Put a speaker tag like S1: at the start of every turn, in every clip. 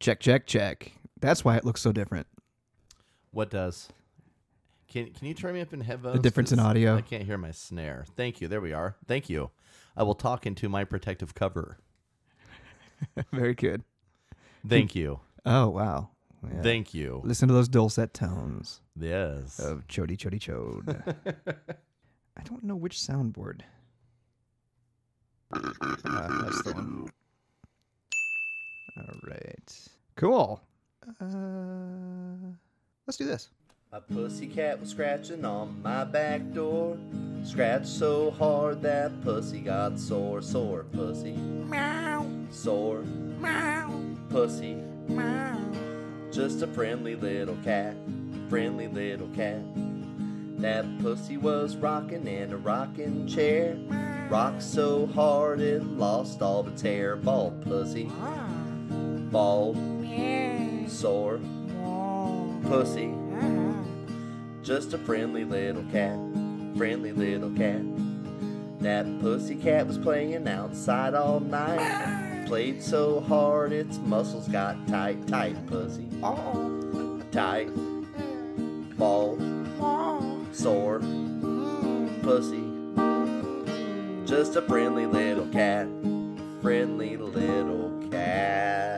S1: Check, check, check. That's why it looks so different.
S2: What does? Can Can you turn me up in headphones?
S1: difference in
S2: 'Cause
S1: audio.
S2: I can't hear my snare. Thank you. There we are. Thank you. I will talk into my protective cover.
S1: Very good.
S2: Thank you.
S1: Oh wow. Yeah.
S2: Thank you.
S1: Listen to those dulcet tones
S2: Yes.
S1: of chody chody chode. I don't know which soundboard. Uh, that's the one. All right. Cool. Uh, let's do this.
S2: My pussycat was scratching on my back door. Scratched so hard that pussy got sore, sore pussy. Meow. Sore. Meow. Pussy. Meow. Just a friendly little cat. Friendly little cat. That pussy was rocking in a rocking chair. Rocked so hard it lost all its hair. Bald pussy. Bald. Sore. Pussy. Just a friendly little cat, friendly little cat. That pussy cat was playing outside all night. Played so hard its muscles got tight, tight pussy. Tight. Bald. oh. Sore. Pussy. Just a friendly little cat, friendly little cat.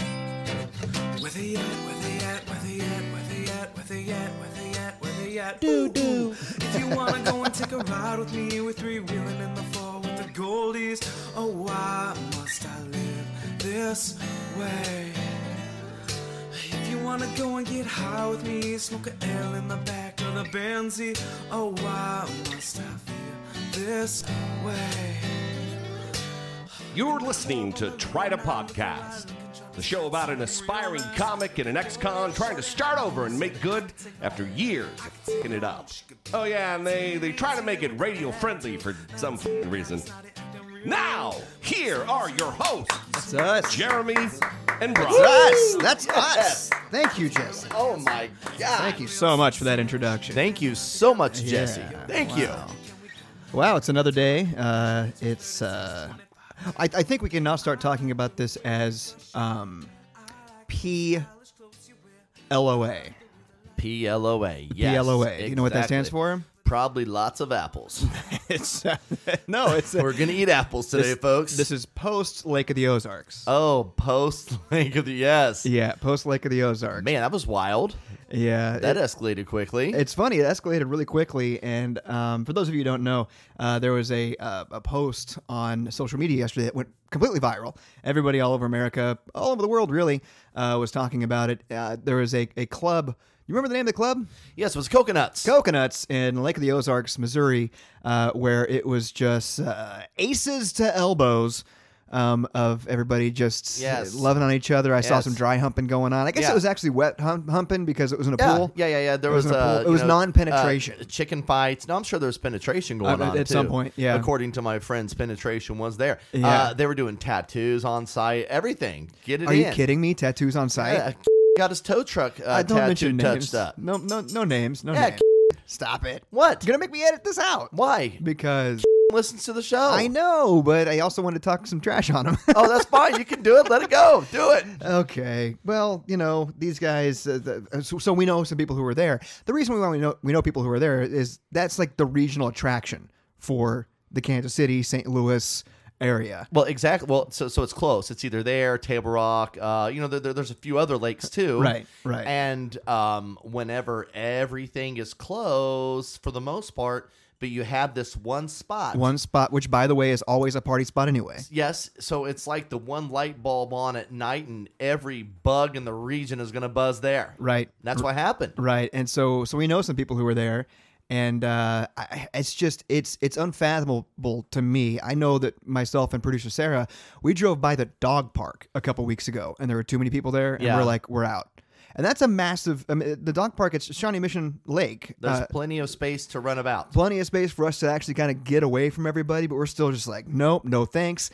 S3: Where they at? Where they at? Where they at? Where they at? Where they at? Where they at? Where they at? Do do. If you wanna go and take a ride with me, we're three wheeling in the fall with the goldies. Oh, why must I live this way? If you wanna go and get high with me, smoke a L in the back of the Benzie. Oh, why must I feel this way?
S4: You're listening to Try to Podcast, the show about an aspiring comic and an ex con trying to start over and make good after years of fing it up. Oh, yeah, and they, they try to make it radio friendly for some fing reason. Now, here are your hosts,
S1: That's us.
S4: Jeremy and Brian.
S1: Us. That's us. Thank you, Jesse.
S2: Oh my god.
S1: Thank you so much for that introduction.
S2: Thank you so much, Jesse.
S1: Yeah,
S2: Thank you.
S1: Wow, it's another day. Uh, it's. Uh, I, I think we can now start talking about this as um, P L O A.
S2: PLOA. Yes,
S1: P L O A. You know what that
S2: exactly.
S1: stands for?
S2: Probably lots of apples.
S1: It's uh, no, it's
S2: We're gonna eat apples today,
S1: this,
S2: folks.
S1: This is post Lake of the Ozarks.
S2: oh, post Lake of the Yes.
S1: yeah, post Lake of the Ozarks.
S2: Man, that was wild.
S1: Yeah,
S2: That
S1: it-
S2: escalated quickly.
S1: It's funny. It escalated really quickly, and um, for those of you who don't know, uh, there was a uh, a post on social media yesterday that went completely viral. Everybody all over America, all over the world, really, uh, was talking about it. Uh, there was a, a club. You remember the name of the club?
S2: yes, it was coconuts.
S1: Coconuts in Lake of the Ozarks, Missouri, uh, where it was just uh, aces to elbows. Um, of everybody just
S2: Yes.
S1: loving on each other. I saw
S2: Yes.
S1: some dry humping going on. I guess
S2: Yeah.
S1: it was actually wet hump- humping because it was in a
S2: yeah,
S1: pool.
S2: yeah, yeah, yeah. There
S1: It
S2: was,
S1: was in a
S2: uh,
S1: pool. It
S2: you
S1: was
S2: know,
S1: non-penetration.
S2: uh, chicken fights. No, I'm sure there was penetration going
S1: Uh,
S2: on
S1: at some
S2: too.
S1: point, yeah.
S2: According to my friends, penetration was there.
S1: Yeah.
S2: Uh, they were doing tattoos on site. Everything. Get it
S1: Are
S2: in.
S1: you kidding me? Tattoos on site?
S2: Yeah, got his tow truck uh,
S1: I don't
S2: tattoo
S1: mention names.
S2: touched up.
S1: No, no, no names. No
S2: Yeah,
S1: names. Stop it.
S2: What?
S1: You're gonna make me edit this out
S2: Why?
S1: because
S2: Listens to the show.
S1: I know, but I also want to talk some trash on him.
S2: oh, that's fine. You can do it. Let it go. Do it.
S1: okay. Well, you know these guys. Uh, the, uh, so, so we know some people who were there. The reason why we know we know people who were there is that's like the regional attraction for the Kansas City, St. Louis area.
S2: Well, exactly. Well, so so it's close. It's either there, Table Rock. Uh, you know, there, there- there's a few other lakes too.
S1: Right, right.
S2: And um, whenever everything is closed for the most part, but you have this one spot.
S1: One spot, which by the way is always a party spot anyway.
S2: Yes, so it's like the one light bulb on at night, and every bug in the region is going to buzz there.
S1: Right.
S2: That's what happened.
S1: Right, and so so we know some people who were there, and uh, I, it's just it's it's unfathomable to me. I know that myself and producer Sarah, we drove by the dog park a couple weeks ago, and there were too many people there, and
S2: Yeah.
S1: we're like, we're out. And that's a massive. I mean, the dog park. It's Shawnee Mission Lake.
S2: There's
S1: uh,
S2: plenty of space to run about.
S1: plenty of space for us to actually kind of get away from everybody, but we're still just like, nope, no thanks.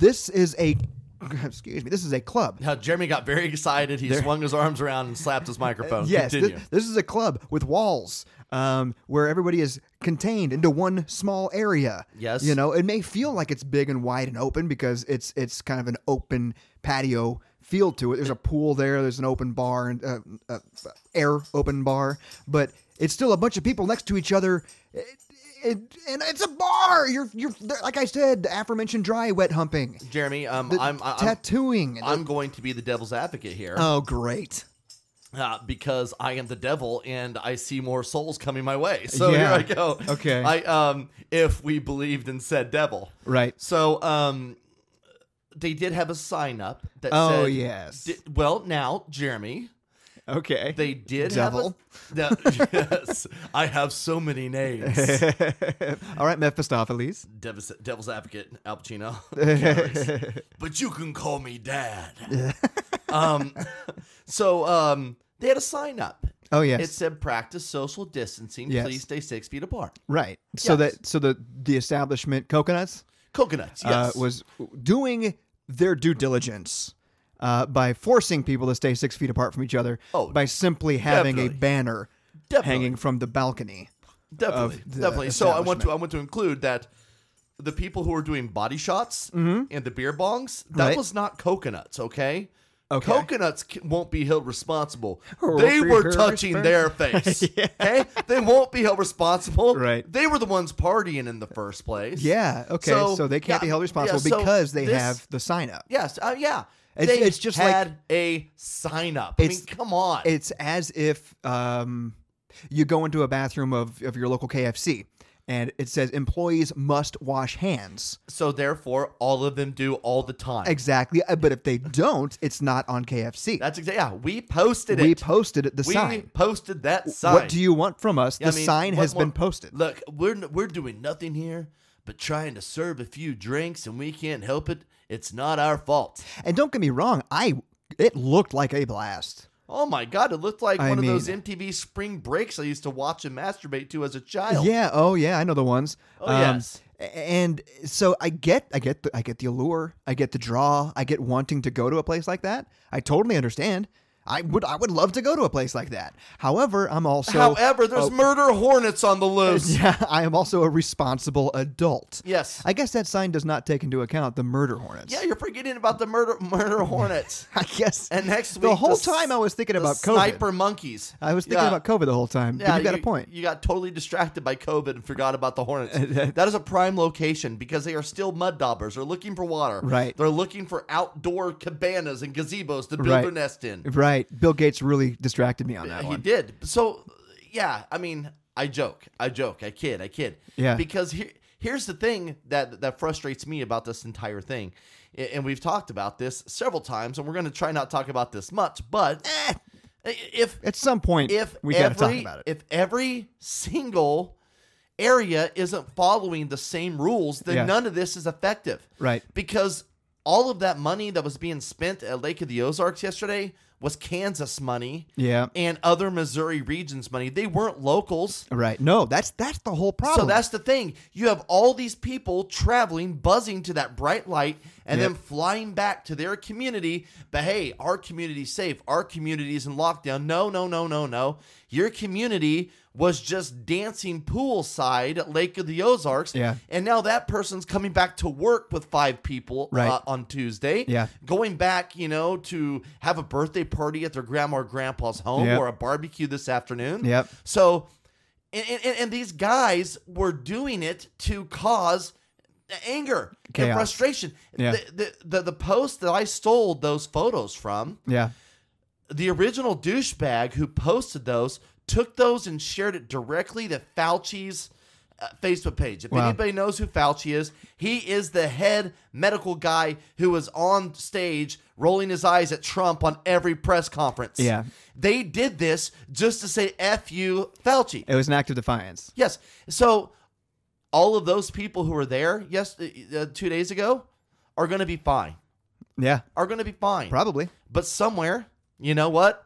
S1: This is a, excuse me, this is a club.
S2: Now, Jeremy got very excited. He swung his arms around and slapped his microphone.
S1: Yes, thi-
S2: Oh, Continue.
S1: this is a club with walls um, where everybody is contained into one small area.
S2: Yes.
S1: you know it may feel like it's big and wide and open because it's it's kind of an open patio feel to it. There's a pool there. There's an open bar and uh, uh, air open bar, but it's still a bunch of people next to each other. It, it, and it's a bar. You're you're like I said, the aforementioned dry wet humping,
S2: Jeremy, um,
S1: the
S2: I'm, I'm,
S1: tattooing. and the-
S2: I'm going to be the devil's advocate here
S1: oh, great.
S2: uh, because I am the devil and I see more souls coming my way. So
S1: Yeah.
S2: here I go.
S1: Okay.
S2: I um, if we believed in said devil,
S1: Right.
S2: So um, they did have a sign up that
S1: Oh,
S2: said,
S1: yes.
S2: di- well, now Jeremy,
S1: Okay.
S2: they did
S1: Devil.
S2: have a. No, yes, I have so many names.
S1: All right, Mephistopheles.
S2: Devil's, devil's advocate, Al Pacino. Calories. but you can call me dad. um, so um, they had a sign up.
S1: Oh, yes.
S2: It said practice social distancing.
S1: Yes.
S2: Please stay six feet apart.
S1: Right. So
S2: Yes.
S1: that so the the establishment coconuts
S2: Coconuts. Yes.
S1: uh, was doing their due diligence. Uh, by forcing people to stay six feet apart from each other,
S2: Oh,
S1: by simply having
S2: definitely.
S1: a banner
S2: Definitely.
S1: hanging from the balcony.
S2: definitely
S1: the
S2: definitely. So I want to
S1: establishment.
S2: I want to include that the people who were doing body shots and the beer bongs that
S1: Mm-hmm. Right.
S2: was not coconuts. Okay.
S1: Okay.
S2: Coconuts c- won't be held responsible.
S1: Won't
S2: They
S1: be
S2: were
S1: held
S2: touching their face. Okay, they won't be held responsible.
S1: Right.
S2: They were the ones partying in the first place.
S1: Yeah. Okay. So, they can't
S2: yeah,
S1: be held
S2: yeah,
S1: responsible
S2: so
S1: because they
S2: this-
S1: have the sign up.
S2: Yes. Uh, yeah.
S1: It's-
S2: they
S1: it's just like-
S2: had a sign up. I mean,
S1: It's-
S2: come on.
S1: It's as if um, you go into a bathroom of, of your local KFC and it says employees must wash hands.
S2: so therefore, all of them do all the time.
S1: Exactly. Uh, But if they don't, it's not on KFC.
S2: That's exactly. Yeah, we posted
S1: we
S2: it.
S1: posted the
S2: we
S1: sign.
S2: posted that sign.
S1: What do you want from us?
S2: Yeah, I
S1: the
S2: mean,
S1: sign
S2: what
S1: has
S2: more-
S1: been posted.
S2: Look, we're n- we're doing nothing here but trying to serve a few drinks, and we can't help it. It's not our fault.
S1: And don't get me wrong, I it looked like a blast.
S2: Oh my god, it looked like
S1: I
S2: one of those
S1: mean-
S2: MTV spring breaks I used to watch and masturbate to as a child.
S1: Yeah. Oh, yeah. I know the ones. Um,
S2: Oh, yes.
S1: a- And so I get, I get, the, I get the allure. I get the draw. I get wanting to go to a place like that. I totally understand. I would, I would love to go to a place like that. However, I'm also,
S2: However,
S1: oh.
S2: there's murder hornets on the loose.
S1: yeah, I am also a responsible adult.
S2: Yes.
S1: I guess that sign does not take into account the murder hornets.
S2: Yeah, you're forgetting about the murder murder hornets.
S1: I guess.
S2: And next week,
S1: the whole
S2: s-
S1: time I was thinking
S2: the
S1: about COVID.
S2: sniper monkeys.
S1: I was thinking
S2: Yeah.
S1: about COVID the whole time. but you got a point.
S2: You got totally distracted by COVID and forgot about the Hornets. that is a prime location because they are still mud daubers. They're looking for water.
S1: Right.
S2: They're looking for outdoor cabanas and gazebos to build
S1: Right.
S2: their nest in.
S1: Right. Bill Gates really distracted me on that
S2: He
S1: one.
S2: did. So, yeah, I mean, I joke. I joke. I kid. I kid.
S1: Yeah.
S2: Because here, here's the thing that, that frustrates me about this entire thing. A- And we've talked about this several times, and we're going to try not talk about this much, but
S1: Eh.
S2: eh, if
S1: At some point,
S2: if
S1: we got
S2: every,
S1: to talk about it.
S2: If every single area isn't following the same rules, then
S1: Yeah.
S2: none of this is effective.
S1: Right.
S2: Because all of that money that was being spent at Lake of the Ozarks yesterday was Kansas money.
S1: Yeah.
S2: And other Missouri regions money. They weren't locals.
S1: right. No, that's that's the whole problem.
S2: So that's the thing. You have all these people traveling, buzzing to that bright light, and
S1: Yep.
S2: then flying back to their community. But hey, our community's safe. Our community's in lockdown. No, no, no, no, no. Your community was just dancing poolside at Lake of the Ozarks.
S1: Yeah.
S2: And now that person's coming back to work with five people
S1: Right.
S2: uh, on Tuesday.
S1: Yeah.
S2: Going back, you know, to have a birthday party at their grandma or grandpa's home
S1: Yep.
S2: or a barbecue this afternoon.
S1: Yep.
S2: So, and, and, and these guys were doing it to cause anger and
S1: Chaos.
S2: frustration.
S1: Yeah.
S2: The, the, the, the post that I stole those photos from,
S1: yeah.
S2: the original douchebag who posted those took those and shared it directly to Fauci's uh, Facebook page. If
S1: Wow.
S2: anybody knows who Fauci is, he is the head medical guy who was on stage rolling his eyes at Trump on every press conference.
S1: Yeah.
S2: They did this just to say F you, Fauci.
S1: It was an act of defiance.
S2: Yes. So all of those people who were there yes uh, 2 days ago are going to be fine.
S1: Yeah.
S2: Are going to be fine.
S1: Probably.
S2: But somewhere, you know what?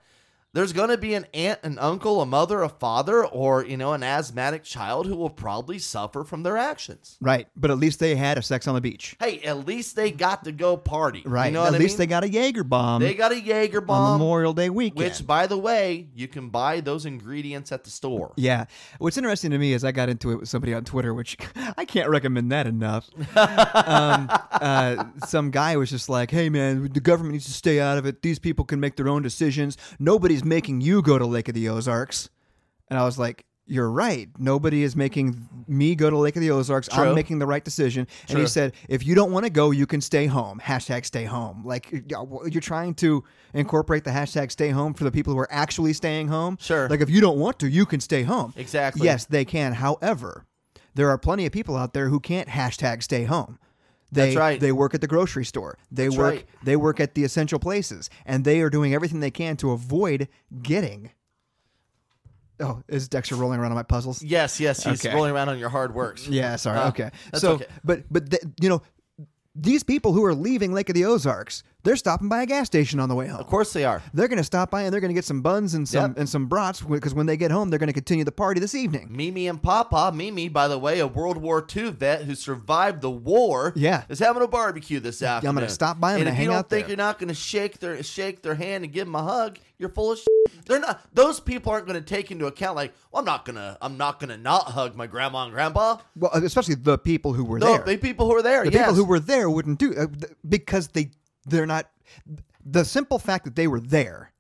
S2: There's going to be an aunt, an uncle, a mother, a father, or, you know, an asthmatic child who will probably suffer from their actions.
S1: Right. But at least they had a sex on the beach.
S2: Hey, at least they got to go party.
S1: Right.
S2: You know
S1: at
S2: what
S1: least
S2: I mean?
S1: they got a Jaeger bomb
S2: They got a Jaeger
S1: on
S2: bomb,
S1: Memorial Day weekend.
S2: which, by the way, you can buy those ingredients at the store.
S1: Yeah. What's interesting to me is I got into it with somebody on Twitter, which I can't recommend that enough. um, uh, some guy was just like, hey, man, the government needs to stay out of it. These people can make their own decisions. Nobody's making you go to Lake of the Ozarks. And I was like, you're right. Nobody is making me go to Lake of the Ozarks.
S2: True.
S1: I'm making the right decision. And he
S2: True.
S1: said, if you don't want to go, you can stay home. Hashtag stay home. Like, you're trying to incorporate the hashtag stay home for the people who are actually staying home.
S2: Sure.
S1: Like, if you don't want to, you can stay home.
S2: Exactly.
S1: Yes, they can. However, there are plenty of people out there who can't hashtag stay home. They,
S2: That's right.
S1: They work at the grocery store. They
S2: That's
S1: work.
S2: right.
S1: They work at the essential places, and they are doing everything they can to avoid getting. Oh, is Dexter rolling around on my puzzles?
S2: Yes, yes, he's
S1: Okay.
S2: rolling around on your hard works.
S1: Yeah, sorry.
S2: Uh,
S1: okay.
S2: that's
S1: So,
S2: okay.
S1: but but th- you know, these people who are leaving Lake of the Ozarks, they're stopping by a gas station on the way home.
S2: Of course they are.
S1: They're going to stop by and they're going to get some buns and some
S2: Yep.
S1: and some brats because when they get home, they're going to continue the party this evening.
S2: Mimi and Papa. Mimi, by the way, a World War II vet who survived the war,
S1: Yeah.
S2: is having a barbecue this afternoon.
S1: gonna stop by, I'm
S2: and
S1: gonna
S2: if
S1: hang
S2: you don't
S1: out
S2: think
S1: there.
S2: you're not going to shake their shake their hand and give them a hug, you're full of. Shit. They're not. Those people aren't going to take into account. Like, well, I'm not gonna. I'm not gonna not hug my grandma and grandpa.
S1: Well, uh, especially the people who were
S2: No,
S1: there.
S2: the people who are there.
S1: the
S2: yes.
S1: people who were there wouldn't do uh, th- because they they're not the simple fact that they were there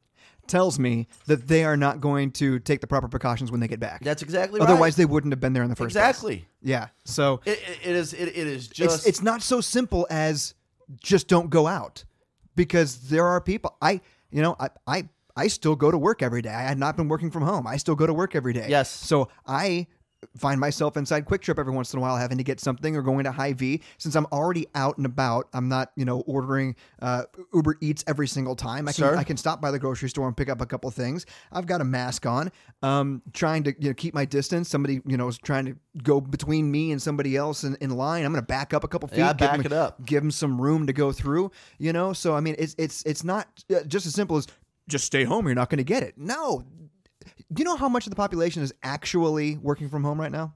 S1: tells me that they are not going to take the proper precautions when they get back.
S2: That's exactly right.
S1: Otherwise, they wouldn't have been there in the first place.
S2: exactly.
S1: Yeah. So
S2: It, it, it is. It, it is just.
S1: it's it's not so simple as just don't go out because there are people I you know I I I still go to work every day. I had not been working from home. I still go to work every day.
S2: Yes.
S1: So I find myself inside Quick Trip every once in a while having to get something or going to High V since I'm already out and about. I'm not, you know, ordering uh, Uber Eats every single time. I can
S2: Sure.
S1: I can stop by the grocery store and pick up a couple things. I've got a mask on. Um trying to, you know, keep my distance. Somebody, you know, is trying to go between me and somebody else in, in line. I'm going to back up a couple feet,
S2: Yeah,
S1: give 'em
S2: back
S1: a-
S2: it up.
S1: give them some room to go through, you know? So I mean, it's it's it's not uh, just as simple as just stay home, you're not going to get it. No. Do you know how much of the population is actually working from home right now?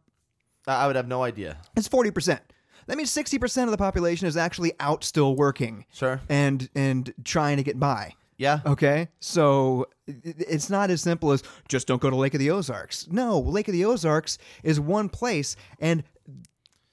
S2: I I would have no idea.
S1: It's forty percent. That means sixty percent of the population is actually out still working,
S2: Sure.
S1: and and trying to get by.
S2: Yeah.
S1: Okay, so i- i- it's not as simple as just don't go to Lake of the Ozarks. No, Lake of the Ozarks is one place, and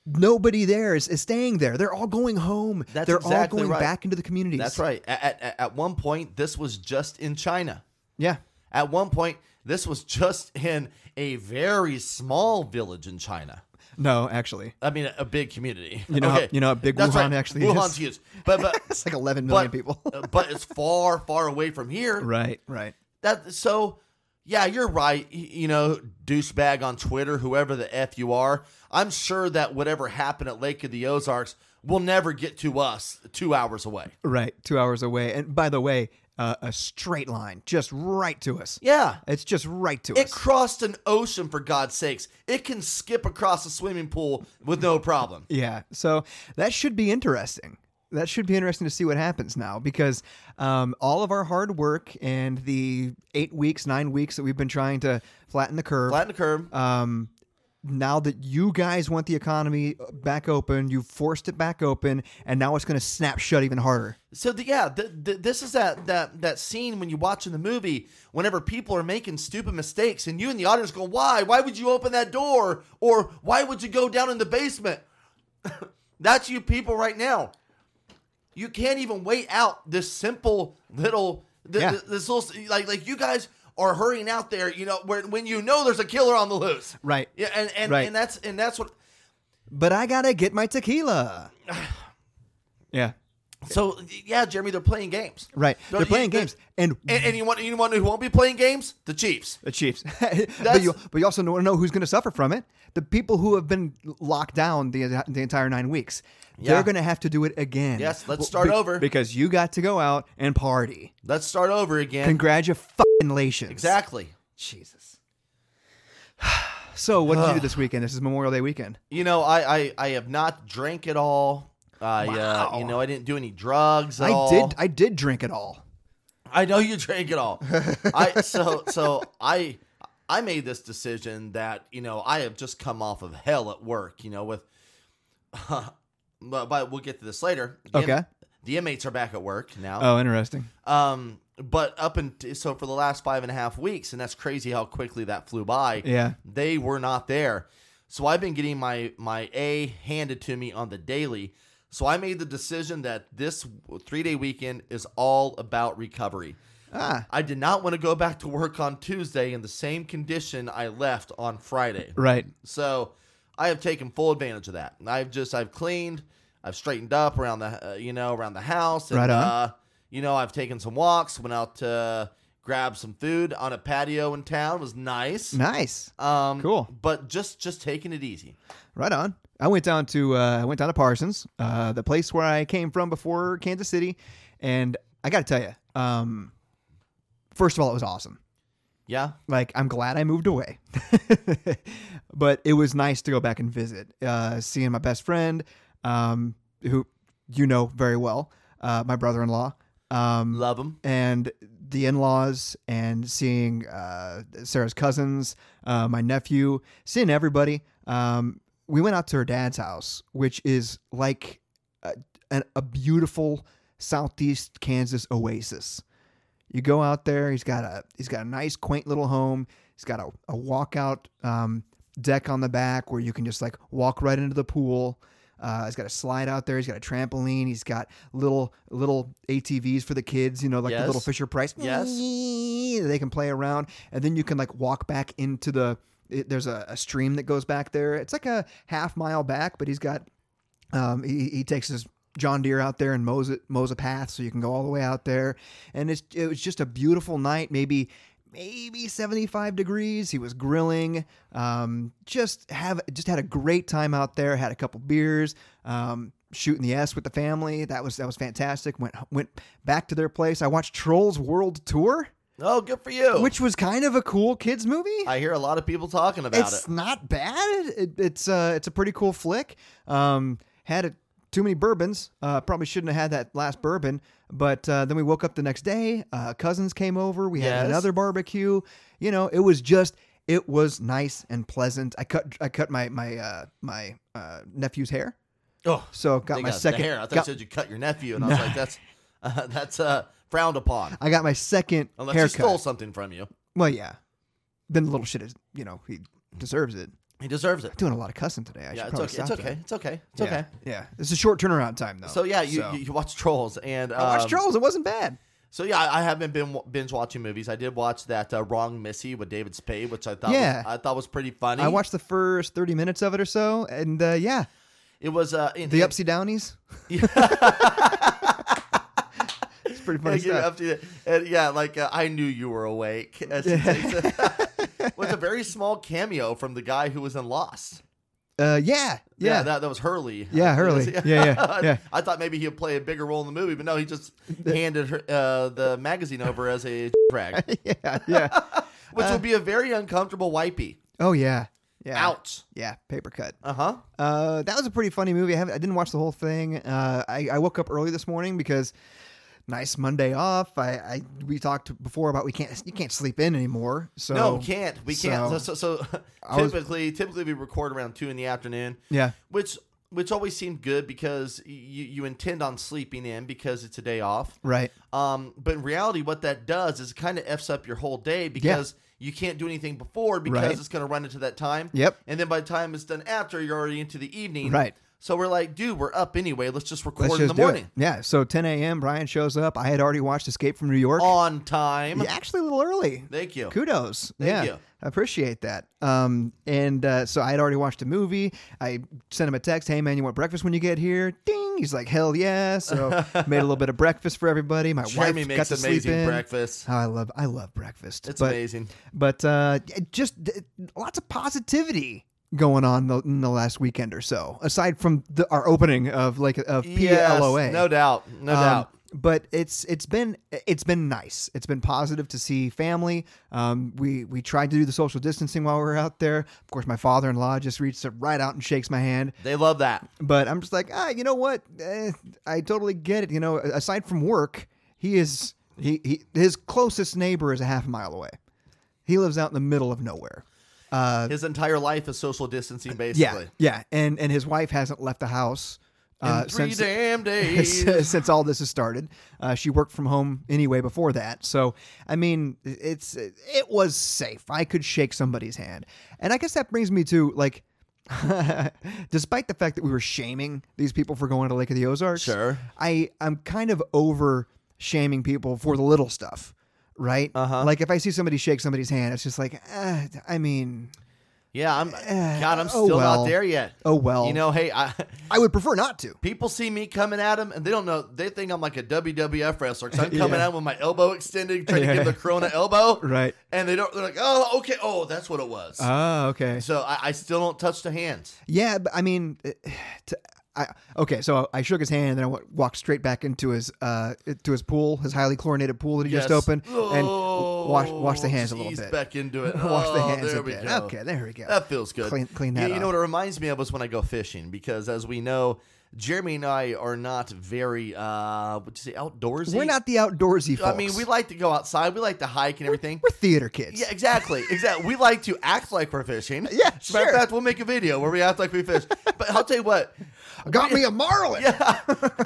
S1: nobody there is, is staying there. They're all going home.
S2: That's
S1: They're
S2: exactly
S1: all going
S2: right.
S1: back into the communities.
S2: That's right. At, at- at, at one point, this was just in China.
S1: Yeah,
S2: At one point, this was just in a very small village in China.
S1: no, actually,
S2: I mean, a, a big community.
S1: You know how- you know how big
S2: That's
S1: Wuhan
S2: right.
S1: actually is?
S2: Wuhan's huge, but but
S1: it's like eleven million
S2: but-
S1: people.
S2: uh, but it's far, far away from here.
S1: right, right.
S2: That so, yeah, you're right. y- You know, douchebag on Twitter, whoever the f you are. I'm sure that whatever happened at Lake of the Ozarks will never get to us two hours away.
S1: Right, two hours away. And by the way, uh, a straight line, just right to us.
S2: Yeah,
S1: It's just right to
S2: It
S1: us.
S2: crossed an ocean for God's sakes. It can skip across a swimming pool with no problem.
S1: Yeah. So that should be interesting. That should be interesting to see what happens now because um, all of our hard work and the eight weeks, nine weeks that we've been trying to flatten the curve.
S2: Flatten the curve.
S1: um, now that you guys want the economy uh, back open, you forced it back open, and now it's going to snap shut even harder.
S2: so the, yeah, th th this is that that that scene when you watch in the movie whenever people are making stupid mistakes and you in the audience go, "Why? Why would you open that door?" or "Why would you go down in the basement?" That's you people right now. You can't even wait out this simple little th-
S1: Yeah.
S2: th- this little like like you guys are hurrying out there, you know, where, when you know there's a killer on the loose.
S1: Right.
S2: Yeah, and and,
S1: Right.
S2: and that's and that's what.
S1: But I got to get my tequila. yeah.
S2: So yeah, Jeremy, they're playing games,
S1: Right.
S2: No,
S1: They're playing
S2: yeah,
S1: games. And,
S2: And, and you want you want who won't be playing games? The Chiefs.
S1: The Chiefs. but, you, but you also want to know who's going to suffer from it. The people who have been locked down the, the entire nine weeks.
S2: Yeah.
S1: They're going to have to do it again.
S2: Yes, let's
S1: Well,
S2: start over.
S1: Because you got to go out and party.
S2: Let's start over again.
S1: Congratulations.
S2: exactly.
S1: Jesus. So, what did you do this weekend? This is Memorial Day weekend.
S2: You know, I I, I have not drank at all. I uh, you know I didn't do any drugs. At
S1: I
S2: all.
S1: did I did drink it all.
S2: I know you drank it all. I so so I I made this decision that you know I have just come off of hell at work. You know with, but, but we'll get to this later. The in-
S1: Okay.
S2: the inmates are back at work now.
S1: Oh, interesting.
S2: Um, but up and so for the last five and a half weeks, and that's crazy how quickly that flew by.
S1: Yeah.
S2: they were not there. So I've been getting my my A handed to me on the daily. So I made the decision that this three day weekend is all about recovery.
S1: Ah.
S2: I did not want to go back to work on Tuesday in the same condition I left on Friday.
S1: Right.
S2: So I have taken full advantage of that. I've just I've cleaned, I've straightened up around the uh, you know around the house. And,
S1: Right on.
S2: Uh, you know I've taken some walks. Went out to grab some food on a patio in town. It was nice.
S1: Nice.
S2: Um,
S1: Cool.
S2: But just just taking it easy.
S1: Right on. I went down to uh, I went down to Parsons, uh, the place where I came from before Kansas City, and I got to tell you, um, first of all, it was awesome.
S2: Yeah.
S1: like I'm glad I moved away, but it was nice to go back and visit, uh, seeing my best friend, um, who you know very well, uh, my brother-in-law, um,
S2: Love them.
S1: and the in-laws, and seeing uh, Sarah's cousins, uh, my nephew, seeing everybody. Um, we went out to her dad's house, which is like a, an, a beautiful southeast Kansas oasis. You go out there. He's got a he's got a nice quaint little home. He's got a, a walkout um, deck on the back where you can just like walk right into the pool. Uh, he's got a slide out there. He's got a trampoline. He's got little little ATVs for the kids. You know, like the
S2: Yes.
S1: little Fisher Price.
S2: Yes.
S1: They can play around, and then you can like walk back into the. It, there's a, a stream that goes back there. It's like a half mile back, but he's got um, he, he takes his John Deere out there and mows it, mows a path so you can go all the way out there. And it's it was just a beautiful night, maybe maybe 75 degrees. He was grilling. Um, just have just had a great time out there. Had a couple beers. Um, shooting the s with the family. That was that was fantastic. Went went back to their place. I watched Trolls World Tour,
S2: Oh, good for you.
S1: which was kind of a cool kids movie
S2: I hear a lot of people talking about
S1: it's
S2: it.
S1: not bad. It, it's uh, it's a pretty cool flick. Um, had a, too many bourbons. Uh, probably shouldn't have had that last bourbon. But uh, then we woke up the next day. Uh, cousins came over. We had
S2: Yes.
S1: another barbecue. You know, it was just it was nice and pleasant. I cut I cut my my uh, my uh, nephew's hair.
S2: Oh,
S1: So got
S2: they
S1: my
S2: got the
S1: second
S2: hair. I thought
S1: got-
S2: you said you cut your nephew, and I was like, that's uh, that's uh, frowned upon
S1: I got my second
S2: unless
S1: haircut.
S2: he stole something from you.
S1: Well, yeah. Then the little shit is you know he deserves it.
S2: He deserves it.
S1: Doing a lot of cussing today. I should
S2: Yeah, it's
S1: probably
S2: okay. It's
S1: stop that.
S2: okay. It's okay. It's
S1: Yeah.
S2: okay.
S1: Yeah, it's a short turnaround time though.
S2: So yeah, you, you you watch Trolls and um,
S1: I watched Trolls. It wasn't bad.
S2: So yeah, I, I haven't been wa- binge watching movies. I did watch that uh, Wrong Missy with David Spade, which I thought
S1: Yeah.
S2: was, I thought was pretty funny.
S1: I watched the first thirty minutes of it or so, and uh, yeah,
S2: it was uh, in,
S1: the upsy downies. it's pretty funny
S2: Yeah, give it
S1: stuff.
S2: up to you. And, yeah, like uh, I knew you were awake. Uh, she takes a- with a very small cameo from the guy who was in Lost.
S1: Uh, yeah,
S2: Yeah,
S1: yeah,
S2: that, that was Hurley.
S1: Yeah, Hurley. Yeah, yeah, yeah.
S2: I, thought maybe he'd play a bigger role in the movie, but no, he just handed her, uh, the magazine over as a rag,
S1: yeah, yeah,
S2: which would be a very uncomfortable wipey.
S1: Oh yeah, Uh, yeah.
S2: Ouch.
S1: Yeah, paper cut.
S2: Uh huh.
S1: Uh, that was a pretty funny movie. I haven't, I didn't watch the whole thing. Uh, I, I woke up early this morning because nice Monday off. I, I we talked before about we can't you can't sleep in anymore. So
S2: No, we can't. We can't. So,
S1: so-
S2: so, so
S1: I was-
S2: typically, typically we record around two in the afternoon.
S1: Yeah.
S2: which which always seemed good because you you intend on sleeping in because it's a day off.
S1: Right.
S2: Um, but in reality, what that does is it kind of f's up your whole day because you can't do anything before because
S1: Right.
S2: it's going to run into that time.
S1: Yep.
S2: And then by the time it's done after, you're already into the evening.
S1: Right.
S2: So we're like, dude, we're up anyway. Let's just record
S1: Let's
S2: in
S1: just
S2: the
S1: do
S2: morning
S1: it. Yeah. So 10 a.m. Brian shows up. I had already watched Escape from New York.
S2: on time.
S1: Yeah, actually a little early.
S2: Thank Oh, you.
S1: Kudos.
S2: Thank
S1: yeah.
S2: you.
S1: I appreciate that. Um, and uh, so I had already watched a movie. I sent him a text, hey man, you want breakfast when you get here? Ding. He's like, hell yeah. So made a little bit of breakfast for everybody. My
S2: Jeremy
S1: wife
S2: makes
S1: got to sleep
S2: amazing
S1: in.
S2: breakfast.
S1: Oh, I love I love breakfast.
S2: It's
S1: But-
S2: amazing.
S1: But uh, it just d- lots of positivity going on the, in the last weekend or so. Aside from the, our opening of like of PLOA,
S2: Yes, no doubt. No
S1: um,
S2: doubt.
S1: But it's it's been it's been nice. It's been positive to see family. Um, we we tried to do the social distancing while we were out there. Of course, my father-in-law just reaches right out and shakes my hand.
S2: They love that.
S1: But I'm just like, ah, you know what? Eh, I totally get it. You know, aside from work, he is He, he his closest neighbor is a half mile away. He lives out in the middle of nowhere.
S2: His entire life is social distancing,
S1: uh, Yeah,
S2: basically.
S1: yeah, and and his wife hasn't left the house uh,
S2: In three
S1: since
S2: damn days.
S1: since since all this has started. Uh, she worked from home anyway before that, so I mean, it's it was safe. I could shake somebody's hand, and I guess that brings me to like, despite the fact that we were shaming these people for going to Lake of the Ozarks,
S2: Sure.
S1: I I'm kind of over shaming people for the little stuff. Right, uh-huh. like if I see somebody shake somebody's hand, it's just like, uh, I mean,
S2: yeah, I'm. God, I'm
S1: oh
S2: still
S1: well.
S2: not there yet.
S1: Oh, well.
S2: You know, hey, I,
S1: I would prefer not to.
S2: people see me coming at them and they don't know. They think I'm like a WWF wrestler because I'm coming at 'em
S1: Yeah.
S2: at them with my elbow extended, trying
S1: Yeah.
S2: to give the Corona elbow.
S1: Right.
S2: And they don't. They're like, oh, okay, oh, that's what it was.
S1: Oh, okay.
S2: so I, I still don't touch the hands.
S1: Yeah, but I mean, it- to, I, okay. So I shook his hand, and then I wa- walked straight back into his uh to his pool, his highly chlorinated pool that he just
S2: Yes.
S1: opened, and
S2: Oh,
S1: wash wash the hands a little
S2: ease
S1: bit.
S2: Back into it.
S1: wash the
S2: Oh,
S1: hands
S2: there
S1: a
S2: we
S1: bit.
S2: go.
S1: Okay, there we go.
S2: That feels good.
S1: Clean clean
S2: You-
S1: that
S2: You,
S1: up.
S2: know what it reminds me of is when I go fishing because as we know, Jeremy and I are not very uh would you say outdoorsy?
S1: We're not the outdoorsy folks.
S2: I mean, we like to go outside. We like to hike and everything.
S1: we're theater kids.
S2: yeah, exactly. Exactly. We like to act like we're fishing.
S1: Yeah,
S2: As a matter of
S1: sure.
S2: fact, we'll make a video where we act like we fish. but I'll tell you what,
S1: got me a marlin.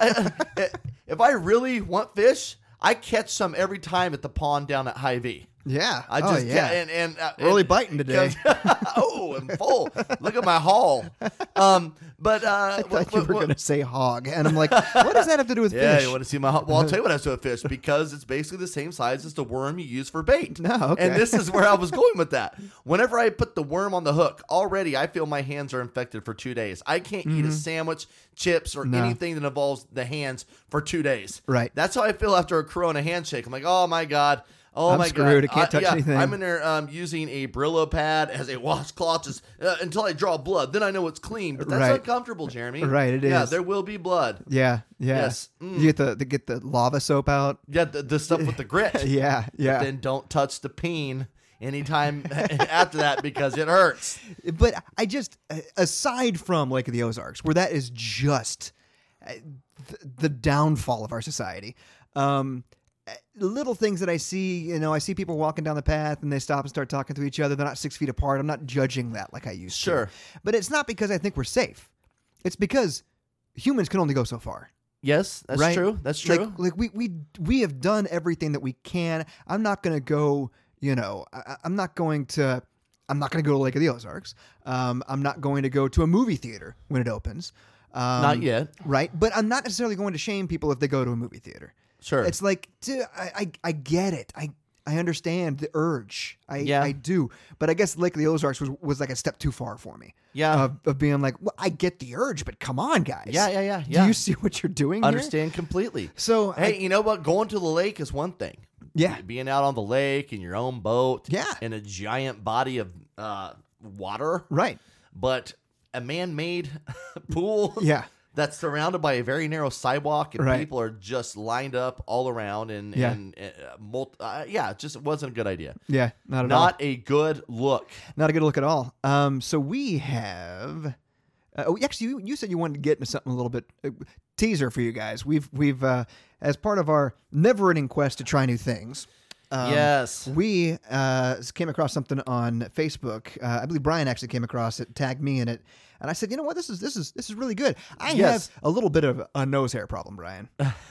S2: if I really want fish, I catch some every time at the pond down at High V.
S1: Yeah.
S2: I
S1: Oh,
S2: just
S1: yeah.
S2: yeah. and and uh,
S1: Really
S2: and-
S1: biting today.
S2: oh, I'm full. Look at my haul. Um, but uh,
S1: I thought you were going to say hog, and I'm like, what does that have to do with
S2: yeah,
S1: fish?
S2: you want to see my haul? Well, I'll tell you what I do with fish because it's basically the same size as the worm you use for bait.
S1: No, okay.
S2: And this is where I was going with that. Whenever I put the worm on the hook, already I feel my hands are infected for two days. I can't eat a sandwich, chips, or
S1: Mm-hmm. No.
S2: anything that involves the hands for two days.
S1: Right.
S2: That's how I feel after a Corona handshake. I'm like, oh my god. Oh
S1: I'm
S2: my
S1: screwed. I
S2: god!
S1: can't touch anything.
S2: I'm in there um, using a Brillo pad as a washcloth just, uh, until I draw blood. Then I know it's clean. But that's
S1: Right.
S2: uncomfortable, Jeremy.
S1: Right, it
S2: it is. yeah,
S1: is.
S2: there will be blood.
S1: yeah, yeah.
S2: Yes. Mm.
S1: You get the, the get the lava soap out.
S2: Yeah, the, the stuff with the grit.
S1: Yeah, yeah.
S2: Then don't touch the peen anytime after that because it hurts.
S1: But I just, aside from Lake of the Ozarks, where that is just uh, th- the downfall of our society, um, uh, little things that I see, you know, I see people walking down the path and they stop and start talking to each other. They're not six feet apart. I'm not judging that like I used
S2: Sure.
S1: to. But it's not because I think we're safe, it's because humans can only go so far.
S2: Yes, that's
S1: right?
S2: true. That's true.
S1: Like, um, like we we we have done everything that we can. I'm not gonna go. You know, I- I, I'm not going to. I'm not going to go to Lake of the Ozarks. Um, I'm not going to go to a movie theater when it opens. Um,
S2: Not yet.
S1: right? But I'm not necessarily going to shame people if they go to a movie theater.
S2: Sure.
S1: It's like, dude, I, I, I get it. I, I understand the urge. I,
S2: Yeah.
S1: I do. But I guess Lake of the Ozarks was, was like a step too far for me.
S2: Yeah.
S1: Of, of being like, well, I get the urge, but come on, guys.
S2: Yeah, yeah, yeah, yeah.
S1: Do you see what you're doing? here?
S2: Understand completely.
S1: So,
S2: hey,
S1: I-
S2: you know what? Going to the lake is one thing.
S1: Yeah.
S2: Being out on the lake in your own boat.
S1: Yeah.
S2: In a giant body of uh, water.
S1: Right.
S2: But a man-made pool.
S1: Yeah.
S2: That's surrounded by a very narrow sidewalk, and
S1: Right.
S2: people are just lined up all around, and
S1: Yeah.
S2: and uh, multi- uh, yeah, it just wasn't a good idea.
S1: Yeah. Not at all.
S2: Not a good look.
S1: Not a good look at all. Um, so we have. Uh, oh, actually, you, you said you wanted to get into something a little bit uh, teaser for you guys. We've we've uh, as part of our never-ending quest to try new things. Um,
S2: yes.
S1: We uh, came across something on Facebook. Uh, I believe Brian actually came across it, tagged me in it, and I said, "You know what? This is this is this is really good." I
S2: Yes.
S1: have a little bit of a nose hair problem, Brian.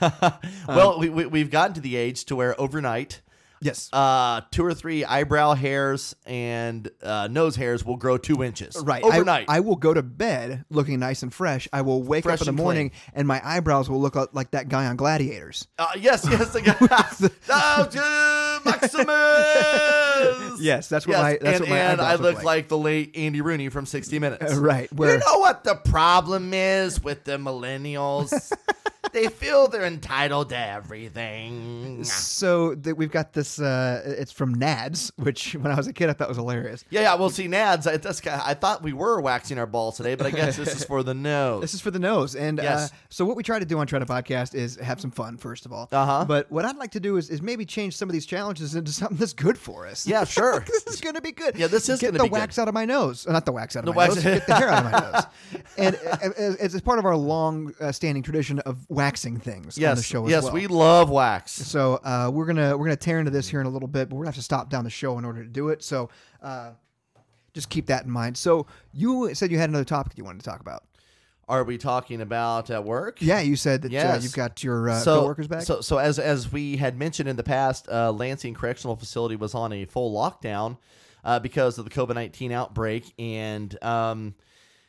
S2: well, we, we, we've gotten to the age to where overnight,
S1: yes,
S2: uh, two or three eyebrow hairs and uh, nose hairs will grow two inches.
S1: Right. I-
S2: Overnight.
S1: I, will go to bed looking nice and fresh. I will wake
S2: Fresh
S1: up in
S2: and
S1: the morning and my eyebrows will look like- like that guy on Gladiators.
S2: uh, yes, yes. the guy- Dr. Oh, Maximus!
S1: Yes, that's what
S2: Yes,
S1: my- that's
S2: and,
S1: what my
S2: and
S1: eyebrows
S2: I
S1: look
S2: look
S1: like.
S2: like. the late Andy Rooney from 60 Minutes.
S1: Uh, right, where-
S2: you know what the problem is with the millennials? they feel they're entitled to everything.
S1: So that we've got this. Uh, it's from Nads, which when I was a kid I thought was hilarious.
S2: Yeah, yeah. Well, see, Nads, I, that's, ki- I thought we were waxing our balls today, but I guess this is for the nose.
S1: This is for the nose, and
S2: Yes.
S1: uh, so what we try to do on Try to Podcast is have some fun first of all.
S2: Uh-huh.
S1: But what I'd like to do is, is maybe change some of these challenges into something that's good for us.
S2: Yeah, sure.
S1: this is going to be good.
S2: Yeah, this is
S1: get
S2: gonna
S1: the
S2: be good.
S1: wax out of my nose, Uh, not the wax out of
S2: The
S1: my
S2: wax-
S1: nose. Get the hair out of my nose. And uh, as, as part of our long-standing uh, tradition of waxing things on
S2: Yes,
S1: the show as
S2: yes,
S1: well.
S2: we love wax.
S1: So uh, we're gonna we're gonna tear into this here in a little bit, but we're gonna have to stop down the show in order to do it. So uh, just keep that in mind. So you said you had another topic you wanted to talk about.
S2: Are we talking about at work?
S1: Yeah, you said that uh,
S2: Yes.
S1: you've got your uh,
S2: so,
S1: coworkers back.
S2: So, so as as we had mentioned in the past, uh, Lansing Correctional Facility was on a full lockdown uh, because of the COVID nineteen outbreak, and um,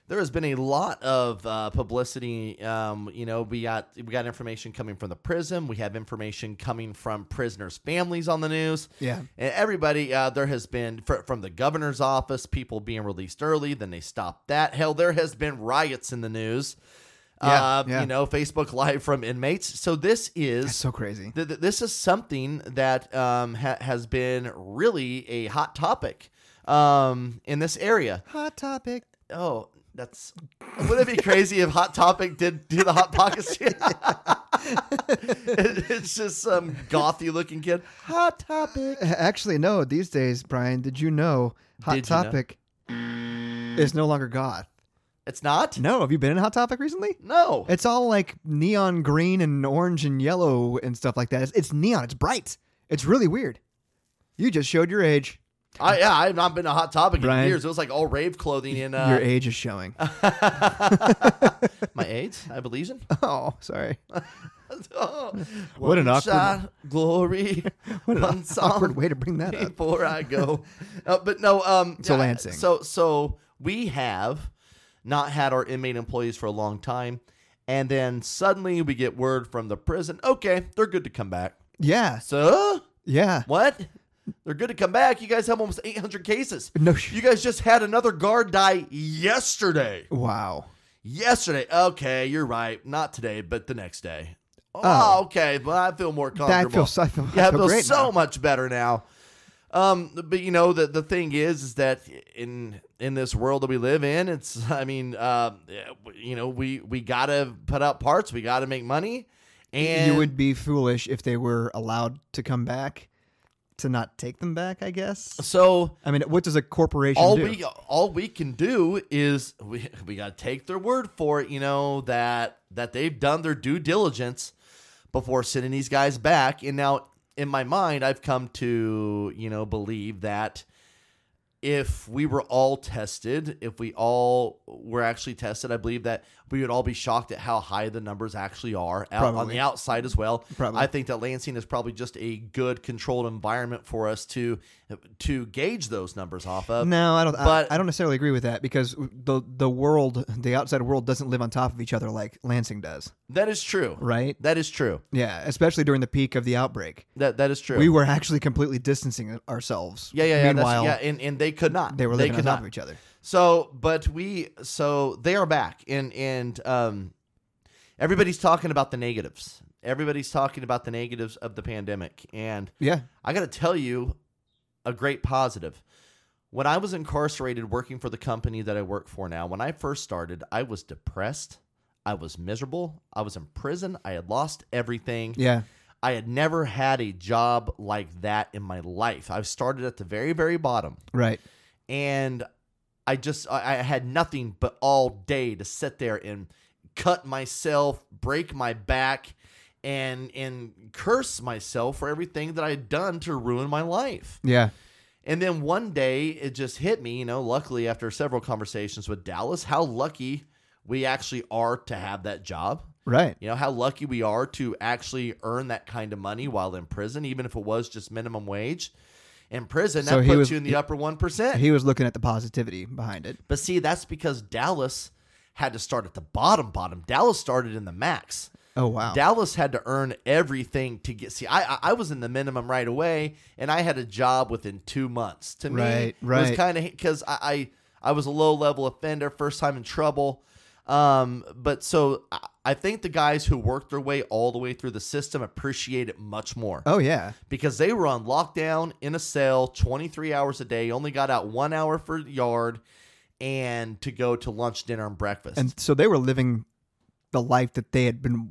S2: there has been a lot of uh, publicity. Um, you know, we got we got information coming from the prison. We have information coming from prisoners' families on the news.
S1: Yeah.
S2: And everybody, uh, there has been fr- from the governor's office, people being released early, then they stopped that. Hell, there has been riots in the news.
S1: Yeah,
S2: uh,
S1: yeah.
S2: You know, Facebook Live from inmates. So this is
S1: so crazy.
S2: th- th- this is something that um, ha- has been really a hot topic um, in this area.
S1: Hot topic.
S2: Oh, that's wouldn't it be crazy if Hot Topic did do the Hot Pockets? It- it's just some gothy looking kid. Hot Topic.
S1: Actually, no. These days, Brian, did you know Hot
S2: Did you know?
S1: Topic is no longer goth?
S2: It's not.
S1: No, have you been in Hot Topic recently?
S2: No.
S1: It's all like neon green and orange and yellow and stuff like that. It's, it's neon. It's bright. It's really weird. You just showed your age.
S2: I yeah, I've not been a hot topic
S1: Brian.
S2: in years. It was like all rave clothing and uh,
S1: your age is showing.
S2: my AIDS, I believe in.
S1: oh, sorry.
S2: Oh,
S1: What an
S2: one
S1: awkward-
S2: shot, glory. What an
S1: Awkward way to bring that up.
S2: before I go. Uh, but no, um,
S1: So
S2: yeah,
S1: Lansing.
S2: So so we have not had our inmate employees for a long time, and then suddenly we get word from the prison. Okay, they're good to come back.
S1: Yeah,
S2: So
S1: yeah.
S2: what? They're good to come back. You guys have almost 800 cases.
S1: No sh-
S2: you guys just had another guard die yesterday.
S1: Wow.
S2: Yesterday. Okay, you're right. Not today, but the next day. Oh,
S1: Oh.
S2: okay. Well, I feel more comfortable.
S1: That feels. I feel, I
S2: yeah, I
S1: feel
S2: feel
S1: great
S2: so
S1: now.
S2: much better now. Um, but you know the the thing is, is that in in this world that we live in, it's I mean, uh, you know, we we gotta put out parts, we gotta make money, and
S1: you would be foolish if they were allowed to come back, to not take them back. I guess.
S2: so
S1: I mean, what does a corporation
S2: all
S1: do?
S2: we uh, all we can do is we, we got to take their word for it you know that that they've done their due diligence before sending these guys back and now in my mind i've come to you know believe that if we were all tested if we all were actually tested i believe that we would all be shocked at how high the numbers actually are out on
S1: Probably.
S2: the outside as well
S1: Probably.
S2: i think that lansing is probably just a good controlled environment for us to to gauge those numbers off of
S1: No, I don't.
S2: but-
S1: I, I don't necessarily agree with that because the the world, the outside world, doesn't live on top of each other like Lansing does,
S2: That is true.
S1: right?
S2: That is true.
S1: Yeah, especially during the peak of the outbreak,
S2: That that is true.
S1: we were actually completely distancing ourselves.
S2: yeah, yeah, yeah. that's-
S1: Meanwhile,
S2: yeah, and, and they could not.
S1: they were living
S2: could
S1: on top
S2: not.
S1: of each other.
S2: So, but we, so they are back, and and um, everybody's talking about the negatives. Everybody's talking about the negatives of the pandemic, and
S1: Yeah,
S2: I got to tell you, a great positive. When I was incarcerated working for the company that I work for now, when I first started, I was depressed. I was miserable. I was in prison. I had lost everything.
S1: yeah.
S2: I had never had a job like that in my life. I've started at the very, very bottom.
S1: Right.
S2: And I just, I I had nothing but all day to sit there and cut myself, break my back, and and curse myself for everything that I had done to ruin my life.
S1: Yeah.
S2: And then one day it just hit me, you know, luckily after several conversations with Dallas, how lucky we actually are to have that job.
S1: Right.
S2: You know how lucky we are to actually earn that kind of money while in prison, even if it was just minimum wage. In prison,
S1: So
S2: that
S1: he
S2: puts
S1: was-
S2: you in the upper one percent.
S1: He was looking at the positivity behind it.
S2: But see, that's because Dallas had to start at the bottom. Bottom. Dallas started in the max.
S1: Oh wow.
S2: Dallas had to earn everything to get. See, I I- I was in the minimum right away, and I had a job within two months. To me,
S1: Right,
S2: it
S1: right.
S2: was kind of because I, I I was a low level offender, first time in trouble. Um, but so I, I think the guys who worked their way all the way through the system appreciate it much more
S1: oh yeah.
S2: because they were on lockdown in a cell 23 hours a day, only got out one hour for yard, and to go to lunch, dinner, and breakfast.
S1: And so they were living the life that they had been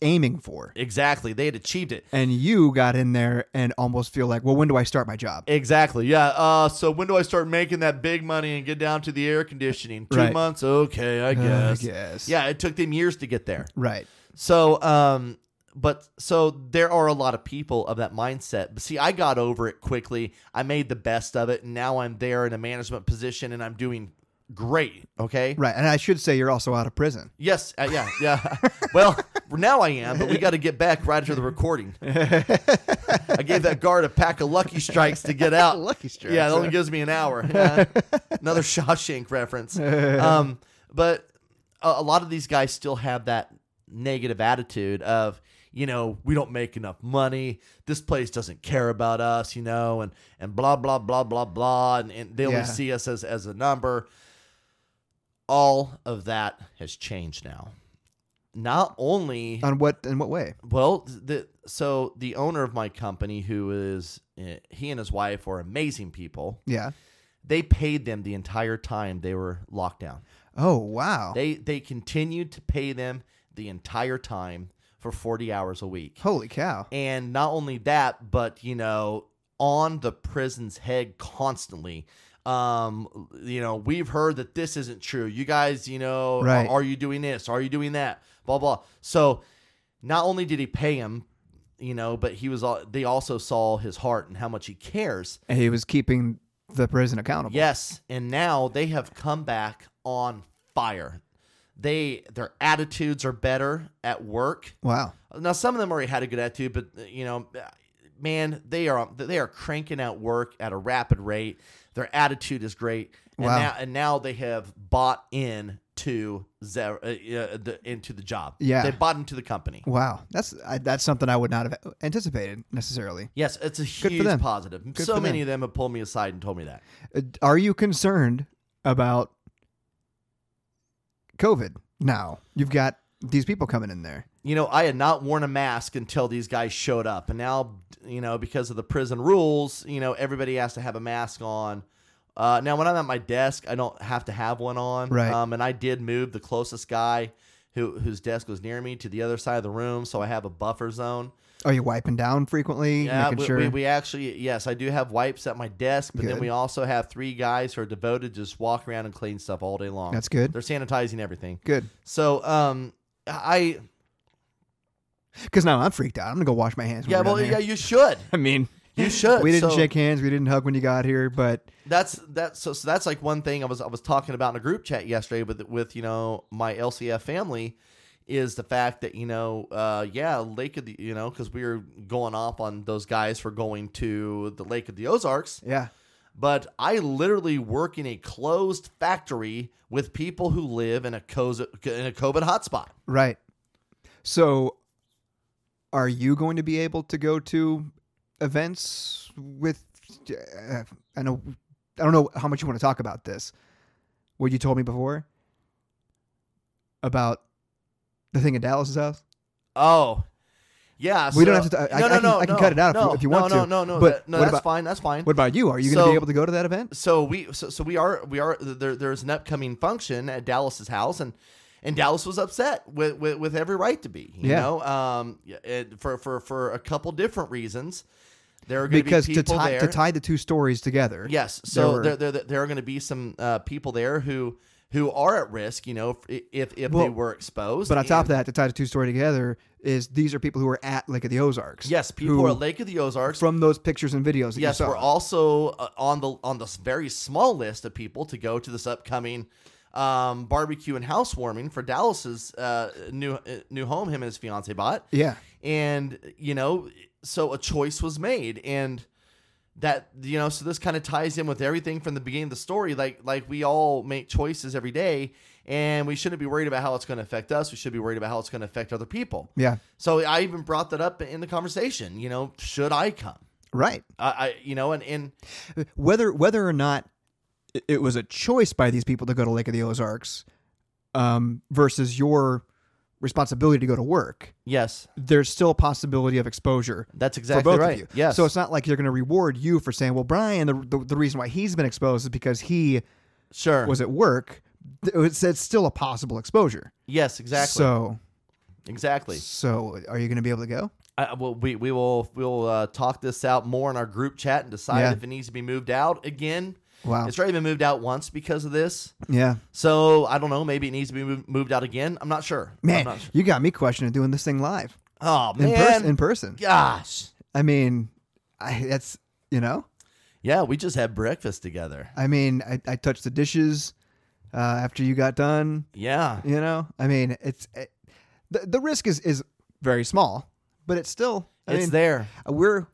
S1: aiming for.
S2: Exactly. They had achieved it.
S1: And you got in there and almost feel like, well, when do I start my job?
S2: Exactly. Yeah. Uh, so when do I start making that big money and get down to the air conditioning? Two
S1: Right.
S2: months. Okay, I guess.
S1: Uh, guess.
S2: Yeah, it took them years to get there.
S1: Right.
S2: So, um, but so there are a lot of people of that mindset. But see, I got over it quickly. I made the best of it, and now I'm there in a management position, and I'm doing great. Okay.
S1: Right. And I should say you're also out of prison.
S2: Yes. Uh, yeah. Yeah. well, now I am, but we got to get back right after the recording. I gave that guard a pack of Lucky Strikes to get out.
S1: Lucky Strikes,
S2: Yeah, it only gives me an hour. Yeah. Another Shawshank reference. Um, but a, a lot of these guys still have that negative attitude of, you know, we don't make enough money. This place doesn't care about us, you know, and and blah blah blah blah blah, and, and they only
S1: Yeah.
S2: see us as as a number. All of that has changed now. Not only
S1: On what in what way?
S2: well, the so the owner of my company, who is eh, he and his wife are amazing people.
S1: Yeah.
S2: They paid them the entire time they were locked down.
S1: Oh wow.
S2: They they continued to pay them the entire time for forty hours a week.
S1: Holy cow.
S2: And not only that, but you know, on the prison's head constantly. Um, you know, we've heard that this isn't true. You guys, you know,
S1: Right.
S2: are, are you doing this? Are you doing that? Blah blah. So, not only did he pay him, you know, but he was. al- They also saw his heart and how much he cares.
S1: And he was keeping the prison accountable.
S2: Yes, and now they have come back on fire. They their attitudes are better at work.
S1: Wow.
S2: Now some of them already had a good attitude, but uh, you know, man, they are they are cranking out work at a rapid rate. Their attitude is great, and
S1: Wow.
S2: now and now they have bought in to Ze- uh, uh, the, into the job.
S1: Yeah.
S2: they bought into the company.
S1: Wow. That's I, that's something I would not have anticipated necessarily.
S2: Yes, it's a huge
S1: them.
S2: positive.
S1: Good
S2: so
S1: for
S2: many of them have pulled me aside and told me that.
S1: Uh, Are you concerned about COVID now? You've got these people coming in there.
S2: you know, I had not worn a mask until these guys showed up. And now, you know, because of the prison rules, you know, everybody has to have a mask on. Uh, now, when I'm at my desk, I don't have to have one on.
S1: Right.
S2: Um, and I did move the closest guy who, whose desk was near me to the other side of the room. So I have a buffer zone.
S1: Are you wiping down frequently?
S2: Yeah,
S1: making
S2: we,
S1: sure.
S2: we, we actually, yes, I do have wipes at my desk, but then
S1: Good.
S2: we also have three guys who are devoted to just walk around and clean stuff all day long.
S1: That's good.
S2: They're sanitizing everything.
S1: Good.
S2: So, um, I,
S1: Because now I'm freaked out. I'm gonna go wash my hands. when
S2: yeah,
S1: we're done
S2: well,
S1: here.
S2: yeah, you should.
S1: I mean,
S2: You should.
S1: we didn't
S2: So-
S1: shake hands. We didn't hug when you got here, but
S2: that's that's so, so that's like one thing I was I was talking about in a group chat yesterday with with you know my LCF family is the fact that you know uh yeah Lake of the you know because we were going off on those guys for going to the Lake of the Ozarks
S1: yeah,
S2: but I literally work in a closed factory with people who live in a coz- in a COVID hotspot.
S1: right. So, are you going to be able to go to events with? Uh, I know, I don't know how much you want to talk about this. What you told me before about the thing in Dallas's house.
S2: Oh. Yeah,
S1: We don't
S2: so-
S1: have to- I-
S2: no,
S1: I
S2: no,
S1: can-
S2: no,
S1: I can
S2: no,
S1: cut it out if-
S2: no,
S1: if you
S2: no,
S1: want
S2: no,
S1: to,
S2: No, no, no,
S1: but
S2: that- no.
S1: what
S2: That's
S1: about-
S2: fine. That's fine.
S1: What about you? Are you going to
S2: So-
S1: be able to go to that event?
S2: so we so, so we are we are there, there's an upcoming function at Dallas's house and and Dallas was upset with with, with every right to be you
S1: Yeah.
S2: know um yeah, it, for for for a couple different reasons there are going
S1: Because
S2: to be
S1: to
S2: people
S1: tie
S2: there
S1: to tie the two stories together.
S2: yes so
S1: were-
S2: there there, there, are going to be some uh, people there who who are at risk you know if if, if they
S1: Well,
S2: were exposed
S1: But on top
S2: And-
S1: of that, to tie the two story together is these are people who are at Lake of the Ozarks.
S2: yes people
S1: who,
S2: are at Lake of the Ozarks
S1: from those pictures and videos. That
S2: yes
S1: you saw.
S2: we're also uh, on the on this very small list of people to go to this upcoming um, barbecue and housewarming for Dallas's uh, new uh, new home him and his fiance bought
S1: Yeah,
S2: and you know so a choice was made and that you know so this kind of ties in with everything from the beginning of the story like like we all make choices every day and we shouldn't be worried about how it's going to affect us we should be worried about how it's going to affect other people
S1: yeah,
S2: so i even brought that up in the conversation you know should i come
S1: right.
S2: I, I you know and and
S1: Whether whether or not it- it was a choice by these people to go to Lake of the Ozarks um, versus your responsibility to go to work,
S2: Yes,
S1: there's still a possibility of exposure.
S2: that's
S1: For
S2: exactly
S1: both
S2: right.
S1: of you,
S2: Yes.
S1: So it's not like you're going to reward you for saying, "Well, Brian, the, the the reason why he's been exposed is because he
S2: sure.
S1: was at work." It's, it's still a possible exposure.
S2: yes, exactly.
S1: So
S2: Exactly.
S1: So, are you going to be able to go?
S2: I, well, we we will we'll uh, talk this out more in our group chat and decide
S1: Yeah.
S2: if it needs to be moved out again.
S1: Wow.
S2: It's already been moved out once because of this.
S1: Yeah.
S2: So I don't know. Maybe it needs to be mov- moved out again. I'm not sure. I'm
S1: Man,
S2: not sure.
S1: you got me questioning doing this thing live
S2: Oh
S1: in,
S2: man.
S1: person. in person.
S2: Gosh.
S1: I mean, I, that's, you know,
S2: Yeah, we just had breakfast together.
S1: I mean, I, I touched the dishes uh, after you got done.
S2: Yeah.
S1: You know, I mean, it's it, the the risk is is very small, but it's still I
S2: it's
S1: mean,
S2: there.
S1: We're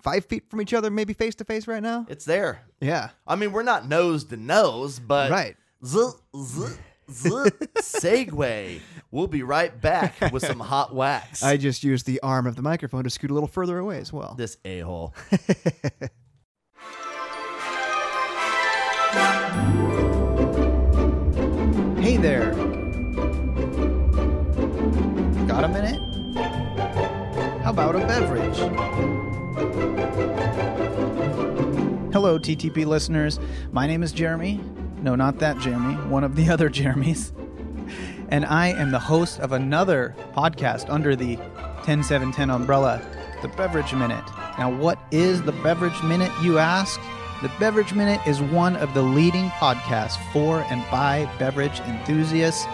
S1: five feet from each other, maybe face to face right now.
S2: It's there.
S1: Yeah,
S2: I mean, we're not nose to nose, but
S1: Right.
S2: Z z z segue. We'll be right back with some hot wax.
S1: I just used the arm of the microphone to scoot a little further away as well.
S2: this a hole.
S1: Hey there, got a minute? How about a beverage?
S5: Hello, TTP listeners. My name is Jeremy. No, not that Jeremy, one of the other Jeremys. And I am the host of another podcast under the 10710 umbrella, the Beverage Minute. Now, what is the Beverage Minute, you ask? The Beverage Minute is one of the leading podcasts for and by beverage enthusiasts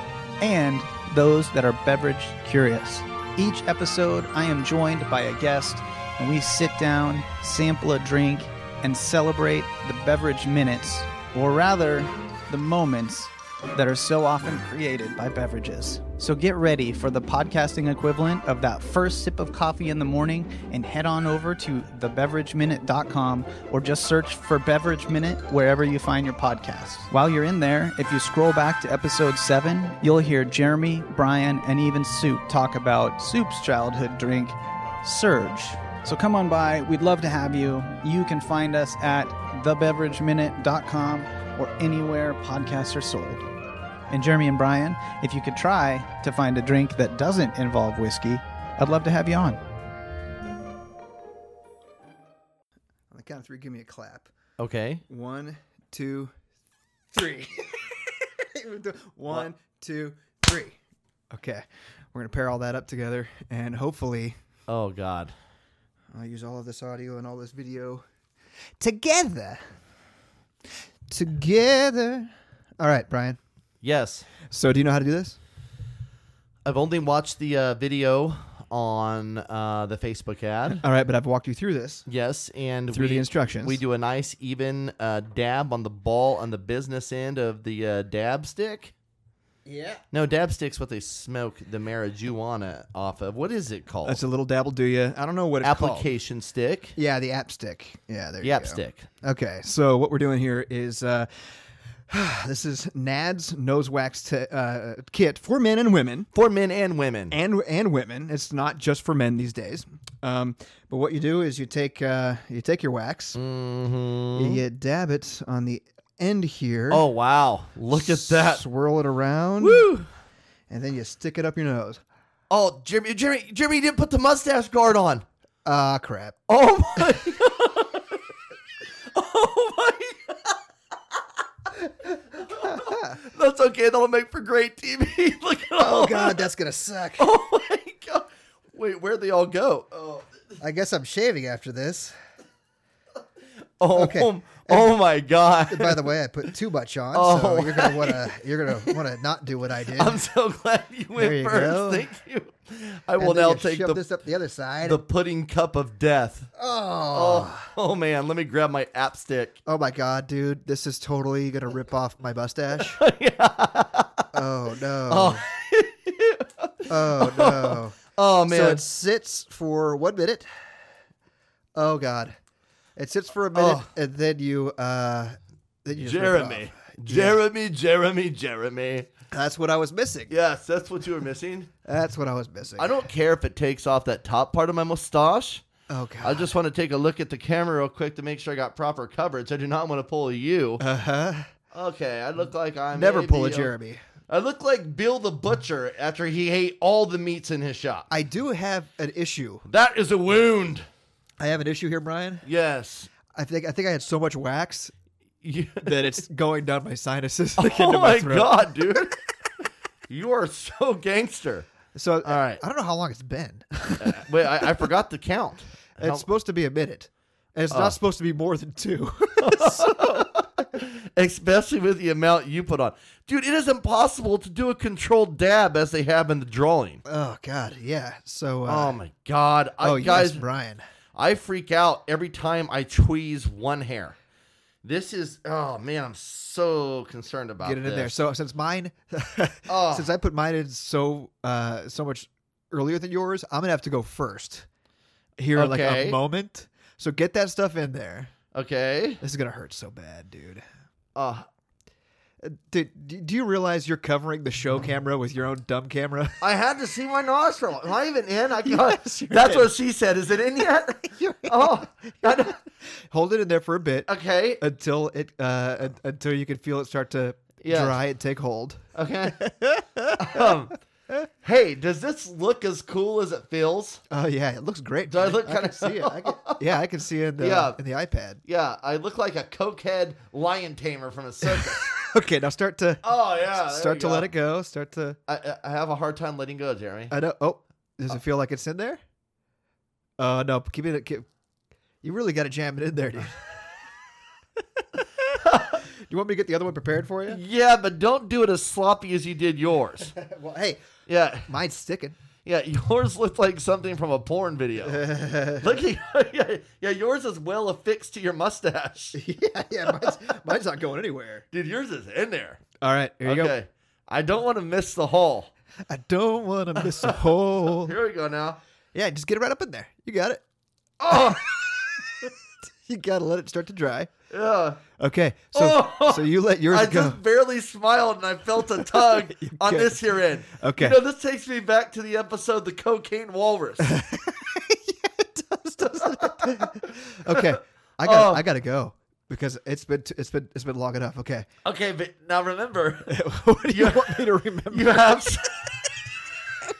S5: and those that are beverage curious. Each episode, I am joined by a guest, and we sit down, sample a drink, and celebrate the beverage minutes, or rather, the moments that are so often created by beverages. So get ready for the podcasting equivalent of that first sip of coffee in the morning and head on over to thebeverageminute.com or just search for Beverage Minute wherever you find your podcast. While you're in there, if you scroll back to episode 7, you'll hear Jeremy, Brian, and even Soup talk about Soup's childhood drink, Surge. So come on by. We'd love to have you. You can find us at thebeverageminute.com or anywhere podcasts are sold. And Jeremy and Brian, if you could try to find a drink that doesn't involve whiskey, I'd love to have you on.
S1: On the count of three, give me a clap.
S2: Okay.
S1: One, two, three. One, two, three. Okay, we're gonna pair all that up together, and hopefully,
S2: Oh God.
S1: I'll use all of this audio and all this video together. Together. All right, Brian.
S2: Yes.
S1: So, do you know how to do this?
S2: I've only watched the uh, video on uh, the Facebook ad.
S1: All right, but I've walked you through this.
S2: Yes, and
S1: Through
S2: we,
S1: the instructions.
S2: we do a nice even uh, dab on the ball on the business end of the uh, dab stick. Yeah. No, dab stick's what they smoke the marijuana off of. What is it called?
S1: That's a little dabble, do you? I don't know what it's called.
S2: Application stick.
S1: Yeah, the app stick. Yeah, there
S2: The
S1: you
S2: app
S1: go.
S2: stick.
S1: Okay, so what we're doing here is uh, this is NAD's nose wax t- uh, kit for men and women.
S2: For men and women.
S1: and and women. It's not just for men these days. Um, but what you do is you take uh, you take your wax, you dab it on the end here.
S2: Mm-hmm. oh wow. Look at that.
S1: Swirl it around. And then you stick it up your nose.
S2: Oh, Jimmy Jimmy Jimmy you didn't put the mustache guard on.
S1: Ah, crap.
S2: Oh my god. oh my god. That's okay. That'll make for great TV. Look at all.
S1: Oh God, that's gonna suck.
S2: Oh my god. Wait, where'd they all go? Oh,
S1: I guess I'm shaving after this.
S2: oh,
S1: Okay.
S2: oh, oh my god.
S1: By the way, I put too much on,
S2: Oh.
S1: so you're gonna wanna you're gonna wanna not do what I did.
S2: I'm so glad you went
S1: There you
S2: first.
S1: go.
S2: Thank you. I
S1: And
S2: will
S1: then
S2: now
S1: you
S2: take
S1: shove
S2: the,
S1: this up the other side.
S2: the pudding cup of death.
S1: oh.
S2: Oh, oh man, let me grab my app stick.
S1: Oh my god, dude, this is totally gonna rip off my mustache. Oh no. Oh, no.
S2: Oh man.
S1: So it sits for one minute. Oh god. It sits for a minute
S2: Oh.
S1: and then you uh then you just rip it off.
S2: Jeremy. Jeremy, Jeremy, Jeremy.
S1: That's what I was missing.
S2: Yes, that's what you were missing.
S1: That's what I was missing.
S2: I don't care if it takes off that top part of my mustache.
S1: Oh
S2: I
S1: god.
S2: just want to take a look at the camera real quick to make sure I got proper coverage. I do not want to pull a you.
S1: Uh huh.
S2: Okay, I look like I'm
S1: Never pull a
S2: maybe-
S1: Jeremy.
S2: I look like Bill the butcher after he ate all the meats in his shop.
S1: I do have an issue.
S2: that is a wound.
S1: I have an issue here, Brian.
S2: Yes.
S1: I think I think I had so much wax
S2: You-
S1: that it's going down my sinuses.
S2: oh my god, dude. you are so gangster.
S1: So all
S2: right.
S1: I don't know how long it's been.
S2: Wait, I, I forgot the count.
S1: it's
S2: How- Oh.
S1: supposed to be a minute. And it's not supposed to be more than two.
S2: especially with the amount you put on. Dude, it is impossible to do a controlled dab as they have in the drawing.
S1: oh God, yeah. So uh,
S2: oh my god. I,
S1: oh
S2: guys,
S1: yes, Brian.
S2: I freak out every time I tweeze one hair. This is oh man, I'm so concerned about
S1: Get it in there.
S2: this.
S1: So since mine,
S2: Oh.
S1: since I put mine in so uh, so much earlier than yours, I'm gonna have to go first here in like
S2: Okay.
S1: a moment. So get that stuff in there.
S2: Okay.
S1: This is gonna hurt so bad, dude.
S2: Uh,
S1: Dude, do do you realize you're covering the show camera with your own dumb camera?
S2: I had to see my nostril. Am I even in? I got
S1: Yes, you're
S2: That's
S1: in.
S2: what she said. Is it in yet? oh. that-
S1: Hold it in there for a bit
S2: okay.
S1: until it uh, un- until you can feel it start to
S2: Yes.
S1: dry and take hold.
S2: Okay. um, hey, does this look as cool as it feels?
S1: Oh yeah, it looks great.
S2: Do I look
S1: can
S2: kinda-
S1: see it? I can, yeah, I can see it in the
S2: Yeah.
S1: in the iPad.
S2: Yeah, I look like a cokehead lion tamer from a circus.
S1: Okay, now start to
S2: oh yeah, there
S1: start
S2: you
S1: to
S2: go. Uh,
S1: let it go. Start to
S2: I, I- I have a hard time letting go, Jeremy.
S1: I know. Oh, does it feel like it's in there? Oh no, keep it. Keep, you really got to jam it in there, dude. Do you want me to get the other one prepared for you?
S2: yeah, but don't do it as sloppy as you did yours.
S1: Well, hey,
S2: yeah,
S1: mine's sticking.
S2: yeah, yours looked like something from a porn video. look, at- yeah, yeah, yours is well affixed to your mustache,
S1: yeah, yeah, mine's, mine's not going anywhere.
S2: dude. Yours is in there.
S1: All right, here you
S2: okay, I don't want to miss the hole.
S1: go. I don't want to miss a hole.
S2: Here we go now.
S1: Yeah, just get it right up in there. You got it.
S2: Oh,
S1: You gotta let it start to dry.
S2: yeah.
S1: Okay, so
S2: Oh!
S1: so you let yours
S2: I
S1: go.
S2: just barely smiled and I felt a tug on
S1: good.
S2: this here end.
S1: Okay.
S2: You know, this takes me back to the episode The Cocaine Walrus.
S1: Okay, I got
S2: Oh.
S1: to I gotta go because it's been t- it's been it's been long enough. Okay,
S2: okay, but now remember,
S1: what do you want me to remember?
S2: you have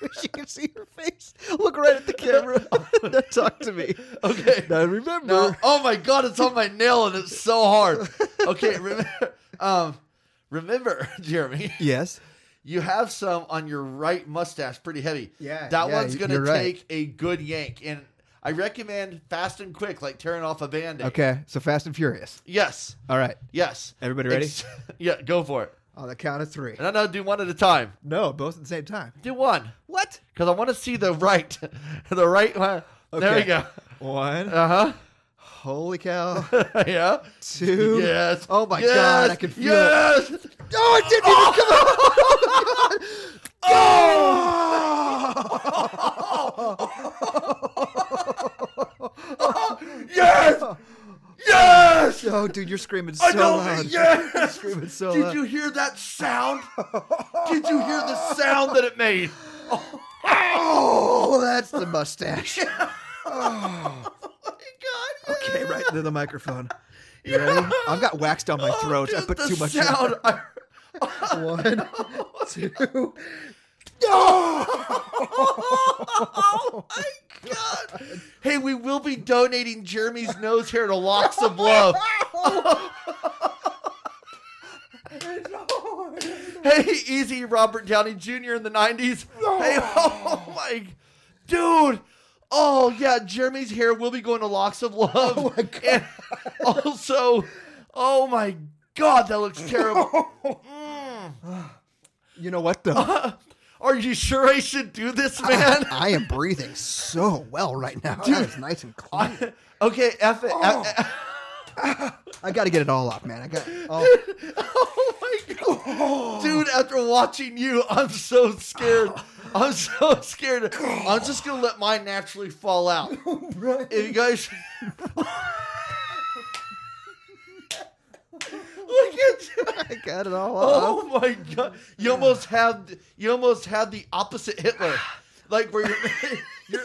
S1: wish you could see her face. Look right at the camera. now talk to me.
S2: Okay.
S1: Now remember.
S2: No. Oh my god, it's on my nail and it's so hard. Okay, remember um remember, Jeremy,
S1: Yes.
S2: you have some on your right mustache pretty heavy.
S1: Yeah,
S2: That
S1: yeah,
S2: one's gonna
S1: you're right.
S2: take a good yank. And I recommend fast and quick, like tearing off a band aid.
S1: Okay. So fast and furious.
S2: Yes.
S1: All right.
S2: Yes.
S1: Everybody ready?
S2: Ex- yeah, go for it.
S1: On the count of three.
S2: No, no, do one at a time.
S1: No, both at the same time.
S2: Do one.
S1: What?
S2: Because I want to see the right. the right one. There we
S1: Okay.
S2: go.
S1: One.
S2: Uh
S1: Holy cow.
S2: huh. yeah.
S1: Two.
S2: Yes.
S1: Oh my
S2: Yes.
S1: god. I can feel it.
S2: yes.
S1: Oh, it didn't even come out.
S2: Yes. Yes.
S1: Oh, dude, you're screaming so
S2: I know.
S1: loud.
S2: Yes.
S1: Screaming so
S2: Did
S1: loud.
S2: you hear that sound? Did you hear the sound that it made?
S1: Oh, that's the mustache.
S2: Oh
S1: Okay, right into the microphone. You ready? I've got waxed on my throat. I
S2: Oh, Dude,
S1: put
S2: the
S1: too much. in.
S2: sound. I-
S1: One, two.
S2: oh my god! Hey, we will be donating Jeremy's nose hair to Locks of Love. hey, easy, Robert Downey Jr. in the '90s. Hey, oh my, dude. Oh yeah, Jeremy's hair will be going to Locks of Love. Oh my god. also, oh my god, that looks terrible.
S1: You know what though?
S2: Are you sure I should do this, Oh, man?
S1: I am breathing so well right now. That is nice and clean.
S2: okay, F it. F-
S1: I got to get it all off, man. I got. All...
S2: Oh my god, dude! After watching you, I'm so scared. I'm so scared. I'm just gonna let mine naturally fall out. If you guys, look at you!
S1: I got it all off.
S2: Oh my god, you almost had you almost had the opposite Hitler, like where you're. you're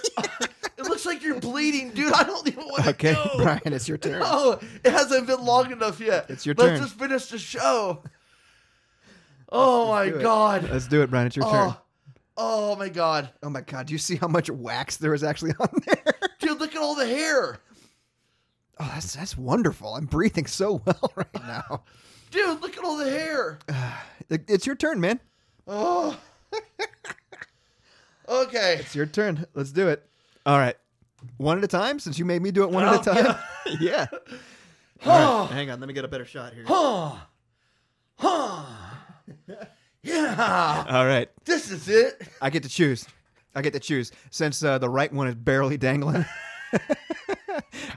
S2: it looks like you're bleeding, dude. I don't even want to
S1: Okay,
S2: go.
S1: Brian, it's your turn.
S2: Oh, it hasn't been long enough yet.
S1: It's your
S2: Let's
S1: turn.
S2: just finish the show. Oh my
S1: do it.
S2: god.
S1: Let's do it, Brian. It's your turn.
S2: Oh, oh my god.
S1: Oh my God! Do you see how much wax there is actually on there?
S2: Dude, look at all the hair.
S1: Oh, that's that's wonderful. I'm breathing so well right now.
S2: Dude, look at all the hair.
S1: It- It's your turn, man.
S2: Oh. Okay.
S1: It's your turn. Let's do it. All right. One at a time, since you made me do it one at a time. Oh, yeah. Oh. All right, Hang on. Let me get a better shot here.
S2: Yeah.
S1: All right.
S2: This is it.
S1: I get to choose. I get to choose. Since uh, the right one is barely dangling,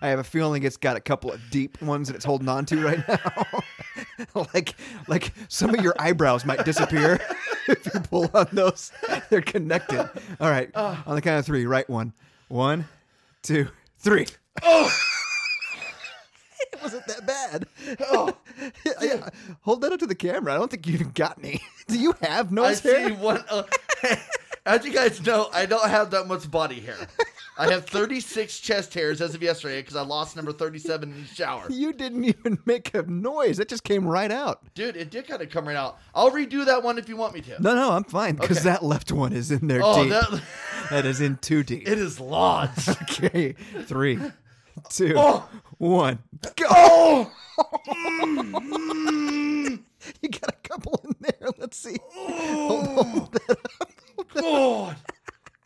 S1: I have a feeling it's got a couple of deep ones that it's holding on to right now. like, like some of your eyebrows might disappear if you pull on those. They're connected. All right. on the count of three, right one. One, two, three. Oh! it wasn't that bad. Oh. Hold that up to the camera. I don't think you even got me. Do you have
S2: I
S1: nose hair?
S2: see one. oh, as you guys know, I don't have that much body hair. I have 36 chest hairs as of yesterday because I lost number 37 in the shower.
S1: You didn't even make a noise. It just came right out.
S2: Dude, it did kind of come right out. I'll redo that one if you want me to.
S1: No, no, I'm fine because
S2: Okay.
S1: that left one is in there
S2: oh,
S1: deep.
S2: that,
S1: that is in too deep.
S2: it is lodged.
S1: okay, three, two, one.
S2: Oh.
S1: Go. Oh. you got a couple in there. Let's see. Oh.
S2: God,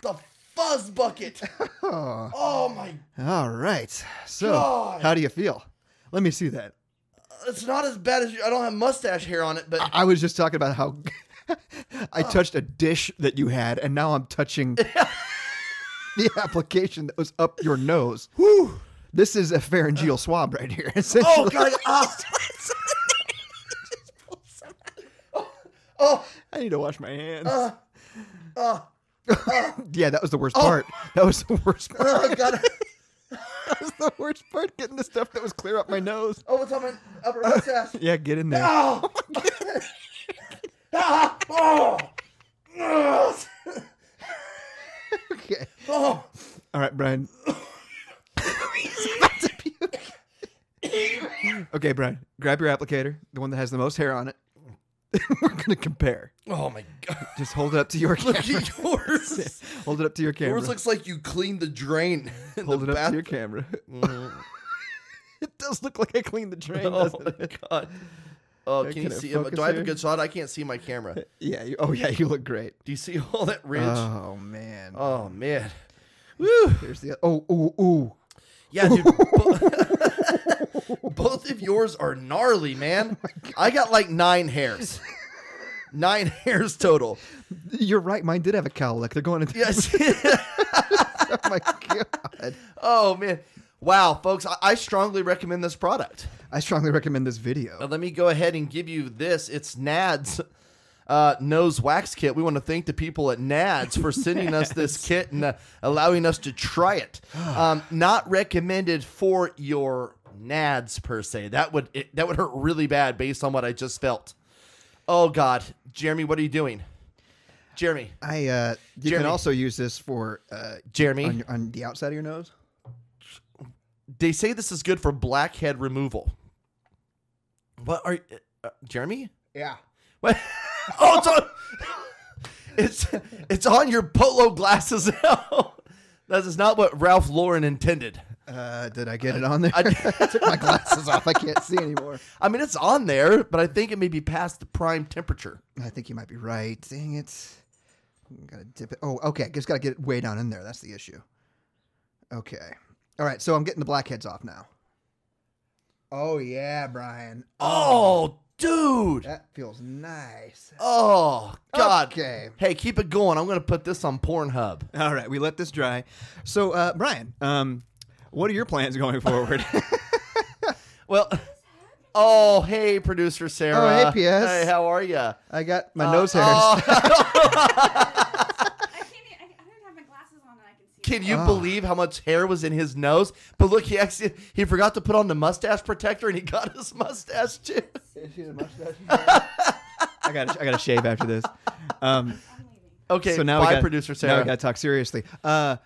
S2: the fuzz bucket. Oh my,
S1: All right. So,
S2: God.
S1: how do you feel? Let me see that.
S2: it's not as bad as you. I don't have mustache hair on it, but
S1: I was just talking about how I touched a dish that you had, and now I'm touching the application that was up your nose. Whew. This is a pharyngeal swab right here.
S2: oh
S1: essentially.
S2: god, ah,
S1: I need to wash my hands.
S2: Uh, ah,
S1: yeah, that was the worst part. That was the worst part.
S2: oh god,
S1: that was the worst part. Getting the stuff that was clear up my nose.
S2: oh, it's on my upper mustache.
S1: Yeah, get in there.
S2: Oh, ah, oh, Ugh.
S1: Okay.
S2: oh,
S1: All right, Brian. He's about to puke. okay, Brian. Grab your applicator, the one that has the most hair on it. We're gonna compare.
S2: oh my god.
S1: Just hold it up to your
S2: Look
S1: camera.
S2: at yours.
S1: Hold it up to your camera.
S2: Yours looks like you cleaned the drain. in
S1: Hold
S2: the
S1: it up
S2: bath-
S1: to
S2: Mm.
S1: your camera. it does look like I cleaned the drain,
S2: Oh
S1: doesn't it?
S2: my god. Oh,
S1: Yeah,
S2: can you
S1: can it
S2: see him?
S1: focus
S2: Do I have a
S1: here?
S2: good shot? I can't see my camera.
S1: Yeah. You, oh yeah, you look great.
S2: Do you see all that ridge?
S1: Oh man.
S2: oh man.
S1: There's the oh ooh ooh.
S2: Yeah, dude. bo- both of yours are gnarly,
S1: Oh
S2: man. I got like nine hairs. Nine hairs total.
S1: You're right. Mine did have a cowlick. They're going into.
S2: Yes.
S1: oh my god.
S2: oh man. Wow, folks, I, I strongly recommend this product.
S1: I strongly recommend this video.
S2: But let me go ahead and give you this. It's Nads uh, nose wax kit. We want to thank the people at Nads for sending us this kit and uh, allowing us to try it. Um, not recommended for your Nads per se. That would it, that would hurt really bad based on what I just felt. Oh God, Jeremy, what are you doing? Jeremy,
S1: I uh, you
S2: Jeremy.
S1: can also use this for uh,
S2: Jeremy,
S1: on, your, on the outside of your nose.
S2: they say this is good for blackhead removal. What are uh, Jeremy?
S1: Yeah.
S2: What? Oh, it's on. It's it's on your polo glasses now. That is not what Ralph Lauren intended.
S1: Uh, did I get it on there?
S2: I-
S1: I, took my glasses off. I can't see anymore.
S2: I mean, it's on there, but I think it may be past the prime temperature.
S1: I think you might be right. Dang it. Gotta dip it. Oh, okay. Just gotta get it way down in there. That's the issue. Okay. All right. So I'm getting the blackheads off now. Oh yeah, Brian.
S2: Oh, dude.
S1: That feels nice.
S2: Oh, God.
S1: Okay.
S2: Hey, keep it going. I'm gonna put this on Pornhub.
S1: All right, we let this dry. So, uh, Brian, um, what are your plans going forward?
S2: Well. Oh, hey, producer Sarah.
S1: Oh, hey, PS.
S2: Hey, how are you?
S1: I got my nose hairs.
S6: I can't. Even, I, I don't have my glasses on, and I can see.
S2: Can you
S1: Ah.
S2: believe how much hair was in his nose? But look, he actually he forgot to put on the mustache protector, and he got his mustache too.
S1: I got I got to shave after this. Um,
S6: I'm leaving.
S2: Okay,
S1: so now
S2: bye,
S1: we got
S2: producer
S1: Now
S2: Sarah.
S1: we got to talk seriously. Uh,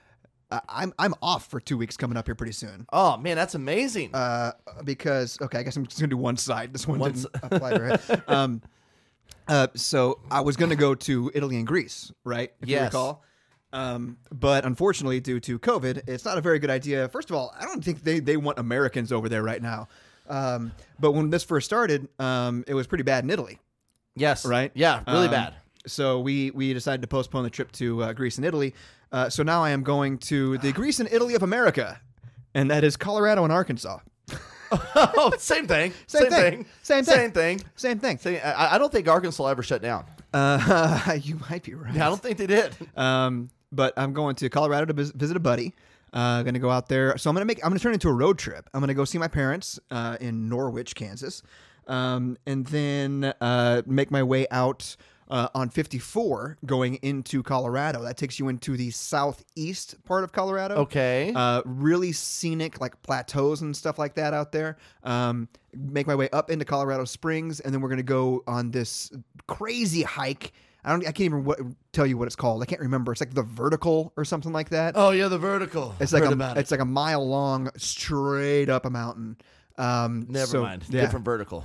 S1: I- I'm I'm off for two weeks coming up here pretty soon.
S2: oh man, that's amazing.
S1: Uh, because okay, I guess I'm just gonna do one side. This one
S2: One
S1: didn't apply to her. Um, uh, so I was gonna go to Italy and Greece, right? If you
S2: Yes.
S1: recall. Um, but unfortunately, due to COVID, it's not a very good idea. First of all, I don't think they, they want Americans over there right now. Um, but when this first started, um, it was pretty bad in Italy
S2: yes,
S1: right?
S2: Yeah, really
S1: Um,
S2: bad.
S1: so we we decided to postpone the trip to uh, Greece and Italy. Uh, so now I am going to
S2: Ah.
S1: the Greece and Italy of America, and that is Colorado and Arkansas.
S2: oh, same thing.
S1: Same
S2: Same,
S1: thing.
S2: thing.
S1: Same thing.
S2: Same thing.
S1: Same thing.
S2: Same- I, I don't think Arkansas ever shut down.
S1: Uh, you might be right.
S2: I don't think they did.
S1: Um, but I'm going to Colorado to vis- visit a buddy. Uh, gonna go out there. So I'm gonna make. I'm gonna turn it into a road trip. I'm gonna go see my parents uh, in Norwich, Kansas, um, and then uh, make my way out uh, on 54 going into Colorado. That takes you into the southeast part of Colorado.
S2: Okay.
S1: Uh, really scenic, like plateaus and stuff like that out there. Um, make my way up into Colorado Springs, and then we're gonna go on this crazy hike. I don't. I can't even what, tell you what it's called. I can't remember. It's like the vertical or something like that.
S2: oh yeah, the vertical.
S1: it's like
S2: Heard
S1: a
S2: about it.
S1: it's like a mile long, straight up a mountain. Um,
S2: Never
S1: so,
S2: mind.
S1: yeah.
S2: Different vertical.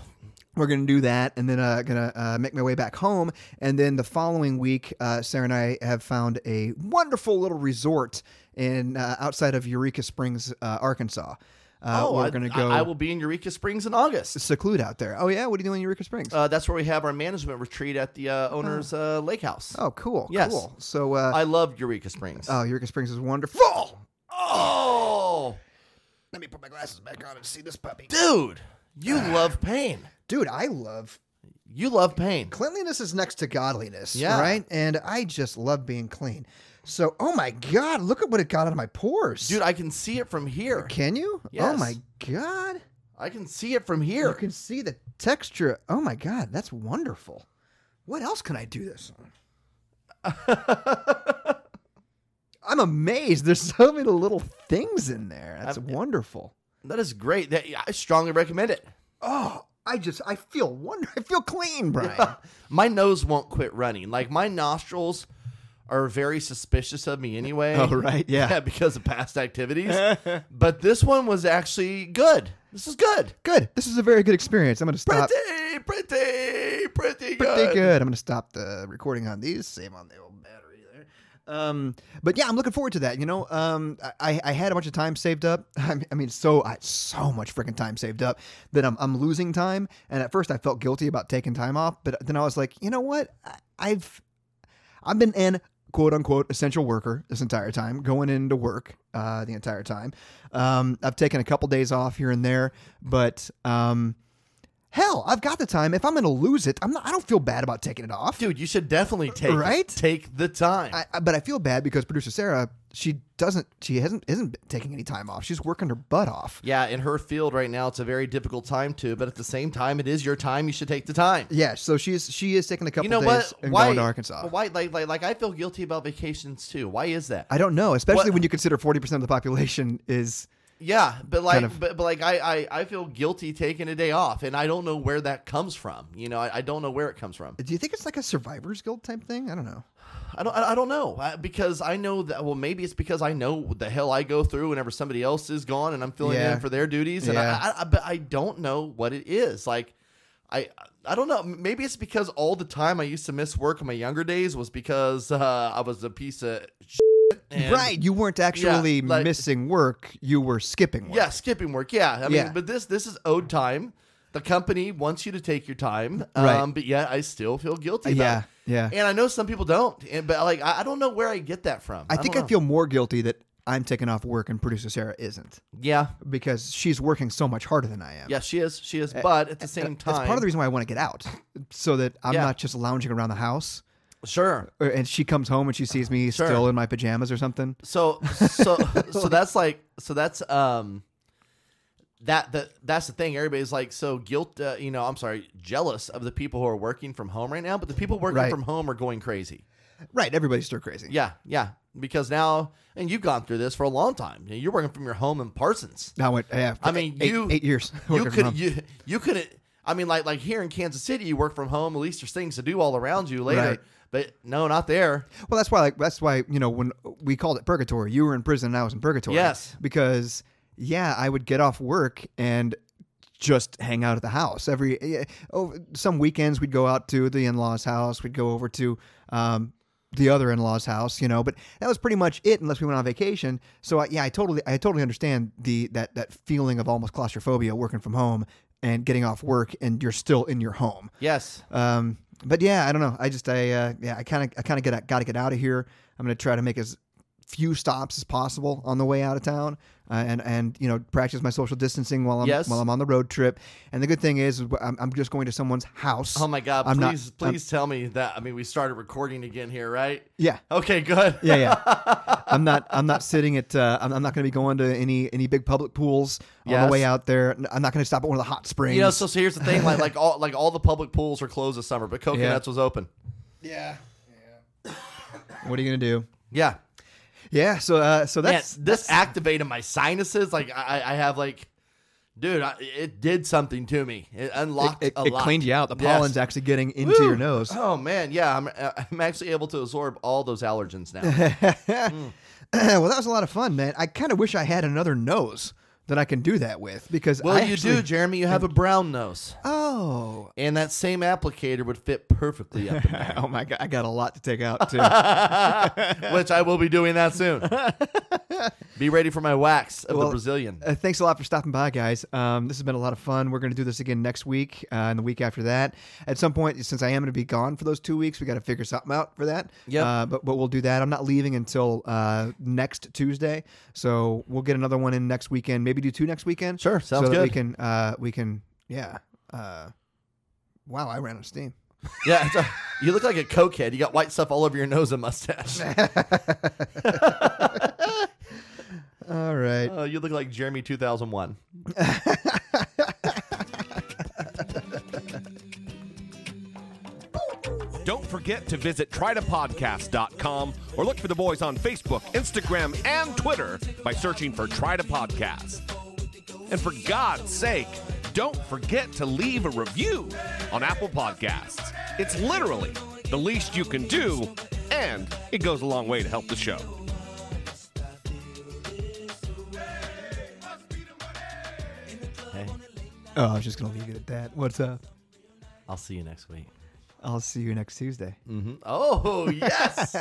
S1: We're gonna do that, and then uh, gonna uh, make my way back home, and then the following week, uh, Sarah and I have found a wonderful little resort in uh, outside of Eureka Springs, uh, Arkansas. Uh,
S2: oh,
S1: we're
S2: I,
S1: gonna
S2: I-
S1: go
S2: I, will be in Eureka Springs in August.
S1: seclude out there. Oh yeah, what are you doing in Eureka Springs?
S2: Uh, that's where we have our management retreat at the uh, owner's uh, lake house.
S1: oh, cool.
S2: yes.
S1: Cool. So, uh,
S2: I love Eureka Springs.
S1: oh, Eureka Springs is wonderful.
S2: oh,
S1: Let me put my glasses back on and see this puppy,
S2: dude, you
S1: Ah.
S2: love pain.
S1: dude. I love
S2: You love pain.
S1: cleanliness is next to godliness.
S2: Yeah.
S1: Right. And I just love being clean. So, oh my God, look at what it got out of my pores,
S2: Dude, I can see it from here.
S1: Can you? Oh
S2: Yes.
S1: my god.
S2: I can see it from
S1: You
S2: here.
S1: can see the texture. Oh my god, that's wonderful. What else can I do this on? I'm amazed. There's so many little things in there. That's wonderful.
S2: That is great. That I strongly recommend it.
S1: Oh, I just I feel wonder I feel clean, Brian.
S2: my nose won't quit running. Like my nostrils are very suspicious of me anyway.
S1: Oh, right, yeah.
S2: because of past activities. but this one was actually good. This is good.
S1: Good. This is a very good experience. I'm gonna stop
S2: Pretty, pretty, pretty good.
S1: pretty good. I'm gonna stop the recording on these. Same on the old battery there. Um, but yeah, I'm looking forward to that. You know, um, I, I had a bunch of time saved up. I mean, I mean so I, so much freaking time saved up that I'm I'm losing time. And at first, I felt guilty about taking time off, but then I was like, you know what? I, I've I've been an quote unquote essential worker this entire time, going into work uh, the entire time. Um, I've taken a couple days off here and there, but um, hell, I've got the time. If I'm going to lose it, I'm not. I don't feel bad about taking it off.
S2: Dude, you should definitely take
S1: Right?
S2: take the time.
S1: I, I, but I feel bad because producer Sarah, she doesn't, she hasn't, isn't taking any time off. She's working her butt off.
S2: yeah, in her field right now, it's a very difficult time too. But at the same time, it is your time. You should take the time.
S1: Yeah, so she's she is taking a couple
S2: You know
S1: days
S2: what?
S1: and going to Arkansas.
S2: Why? Like, like, like, I feel guilty about vacations too. Why is that?
S1: I don't know, especially
S2: What-
S1: when you consider forty percent of the population is.
S2: Yeah, but like,
S1: Kind of-
S2: but, but like, I, I, I feel guilty taking a day off, and I don't know where that comes from. You know, I, I don't know where it comes from.
S1: Do you think it's like a survivors guild type thing? I don't know.
S2: I don't, I I don't know I, because I know that. Well, maybe it's because I know what the hell I go through whenever somebody else is gone, and I'm filling
S1: Yeah.
S2: in for their duties, and
S1: Yeah.
S2: I, I, I, but I don't know what it is. Like, I, I don't know. Maybe it's because all the time I used to miss work in my younger days was because uh, I was a piece of shit and-
S1: right, you weren't actually
S2: like-
S1: missing work; you were skipping work.
S2: Yeah, skipping work. Yeah, I mean,
S1: Yeah.
S2: but this this is owed time. The company wants you to take your time, um,
S1: Right.
S2: But yet, I still feel guilty. About
S1: yeah,
S2: it.
S1: yeah.
S2: And I know some people don't, and, but like I, I don't know where I get that from.
S1: I think I
S2: don't know.
S1: feel more guilty that I'm taking off work and producer Sarah isn't
S2: yeah,
S1: because she's working so much harder than I am.
S2: yeah. She is, she is. But at the same time,
S1: That's part of the reason why I want to get out, so that I'm
S2: Yeah.
S1: not just lounging around the house.
S2: sure.
S1: Or- And she comes home and she sees me
S2: Sure.
S1: still in my pajamas or something.
S2: So so so that's like so that's um that that that's the thing. Everybody's like so guilt. Uh, you know, I'm sorry, jealous of the people who are working from home right now, but the people working
S1: Right.
S2: from home are going crazy.
S1: Right, everybody's stir crazy.
S2: Yeah, yeah. Because now, and you've gone through this for a long time. You're working from your home in Parsons.
S1: Now what? Yeah,
S2: I mean,
S1: eight,
S2: you
S1: eight years.
S2: You
S1: working from home.
S2: could you you couldn't. I mean, like like here in Kansas City, you work from home. At least there's things to do all around you later.
S1: Right.
S2: But no, not there.
S1: Well, that's why. Like that's why you know when we called it purgatory, you were in prison and I was in purgatory.
S2: Yes.
S1: Because yeah, I would get off work and just hang out at the house every. eh, Oh, some weekends we'd go out to the in-laws' house. We'd go over to. Um, the other in-laws' house, you know, but that was pretty much it, unless we went on vacation. So I, yeah, I totally, I totally understand the that that feeling of almost claustrophobia working from home and getting off work, and you're still in your home.
S2: Yes.
S1: Um, but yeah, I don't know. I just I uh, yeah, I kind of I kind of get got to get out of here. I'm gonna try to make as few stops as possible on the way out of town, uh, and and you know practice my social distancing while I'm
S2: Yes.
S1: while I'm on the road trip. And the good thing is, is I'm, I'm just going to someone's house.
S2: Oh my god!
S1: I'm not-
S2: please,
S1: I'm-
S2: please tell me that. I mean, we started recording again here, right?
S1: yeah.
S2: Okay, good.
S1: Yeah, yeah. I'm not. I'm not sitting at. Uh, I'm, I'm not going to be going to any any big public pools on
S2: Yes.
S1: the way out there. I'm not going to stop at one of the hot springs.
S2: You know, so, so here's the thing: like, like all like all the public pools were closed this summer, but Coconuts was open.
S1: what are you going to do?
S2: Yeah,
S1: Yeah. So uh, so
S2: Man,
S1: that's
S2: this activated my sinuses. Like I, I have like, dude, I, it did something to me. It unlocked
S1: it,
S2: a
S1: it
S2: lot.
S1: cleaned you out. The
S2: Yes.
S1: pollen's actually getting into
S2: Woo.
S1: your nose.
S2: Oh man, yeah, I'm I'm actually able to absorb all those allergens now.
S1: well, that was a lot of fun, man. I kind of wish I had another nose that I can do that with because
S2: well,
S1: I
S2: you do,
S1: actually-
S2: Jeremy. You have a brown nose,
S1: Oh,
S2: and that same applicator would fit perfectly up in there.
S1: oh my god! I got a lot to take out too.
S2: which I will be doing that soon. be ready for my wax of
S1: Well,
S2: the Brazilian.
S1: Uh, thanks a lot for stopping by, guys. Um, this has been a lot of fun. We're going to do this again next week uh, and the week after that. At some point, since I am going to be gone for those two weeks, we got to figure something out for that.
S2: Yep.
S1: Uh, but but we'll do that. I'm not leaving until uh, next Tuesday, so we'll get another one in next weekend. Maybe do two next weekend.
S2: Sure, sounds
S1: so That we
S2: good.
S1: can uh, we can yeah. Uh, wow, I ran out of steam.
S2: yeah, it's a- you look like a cokehead. You got white stuff all over your nose and mustache.
S1: All right.
S2: Uh, you look like Jeremy 2001.
S4: Don't forget to visit trytopodcast.com or look for the boys on Facebook, Instagram, and Twitter by searching for Try to Podcast. And for God's sake, don't forget to leave a review on Apple Podcasts. It's literally the least you can do, and it goes a long way to help the show.
S2: Hey,
S1: Oh, I was just going to leave it at that. What's up?
S2: I'll see you next week.
S1: I'll see you next Tuesday.
S2: Oh yes.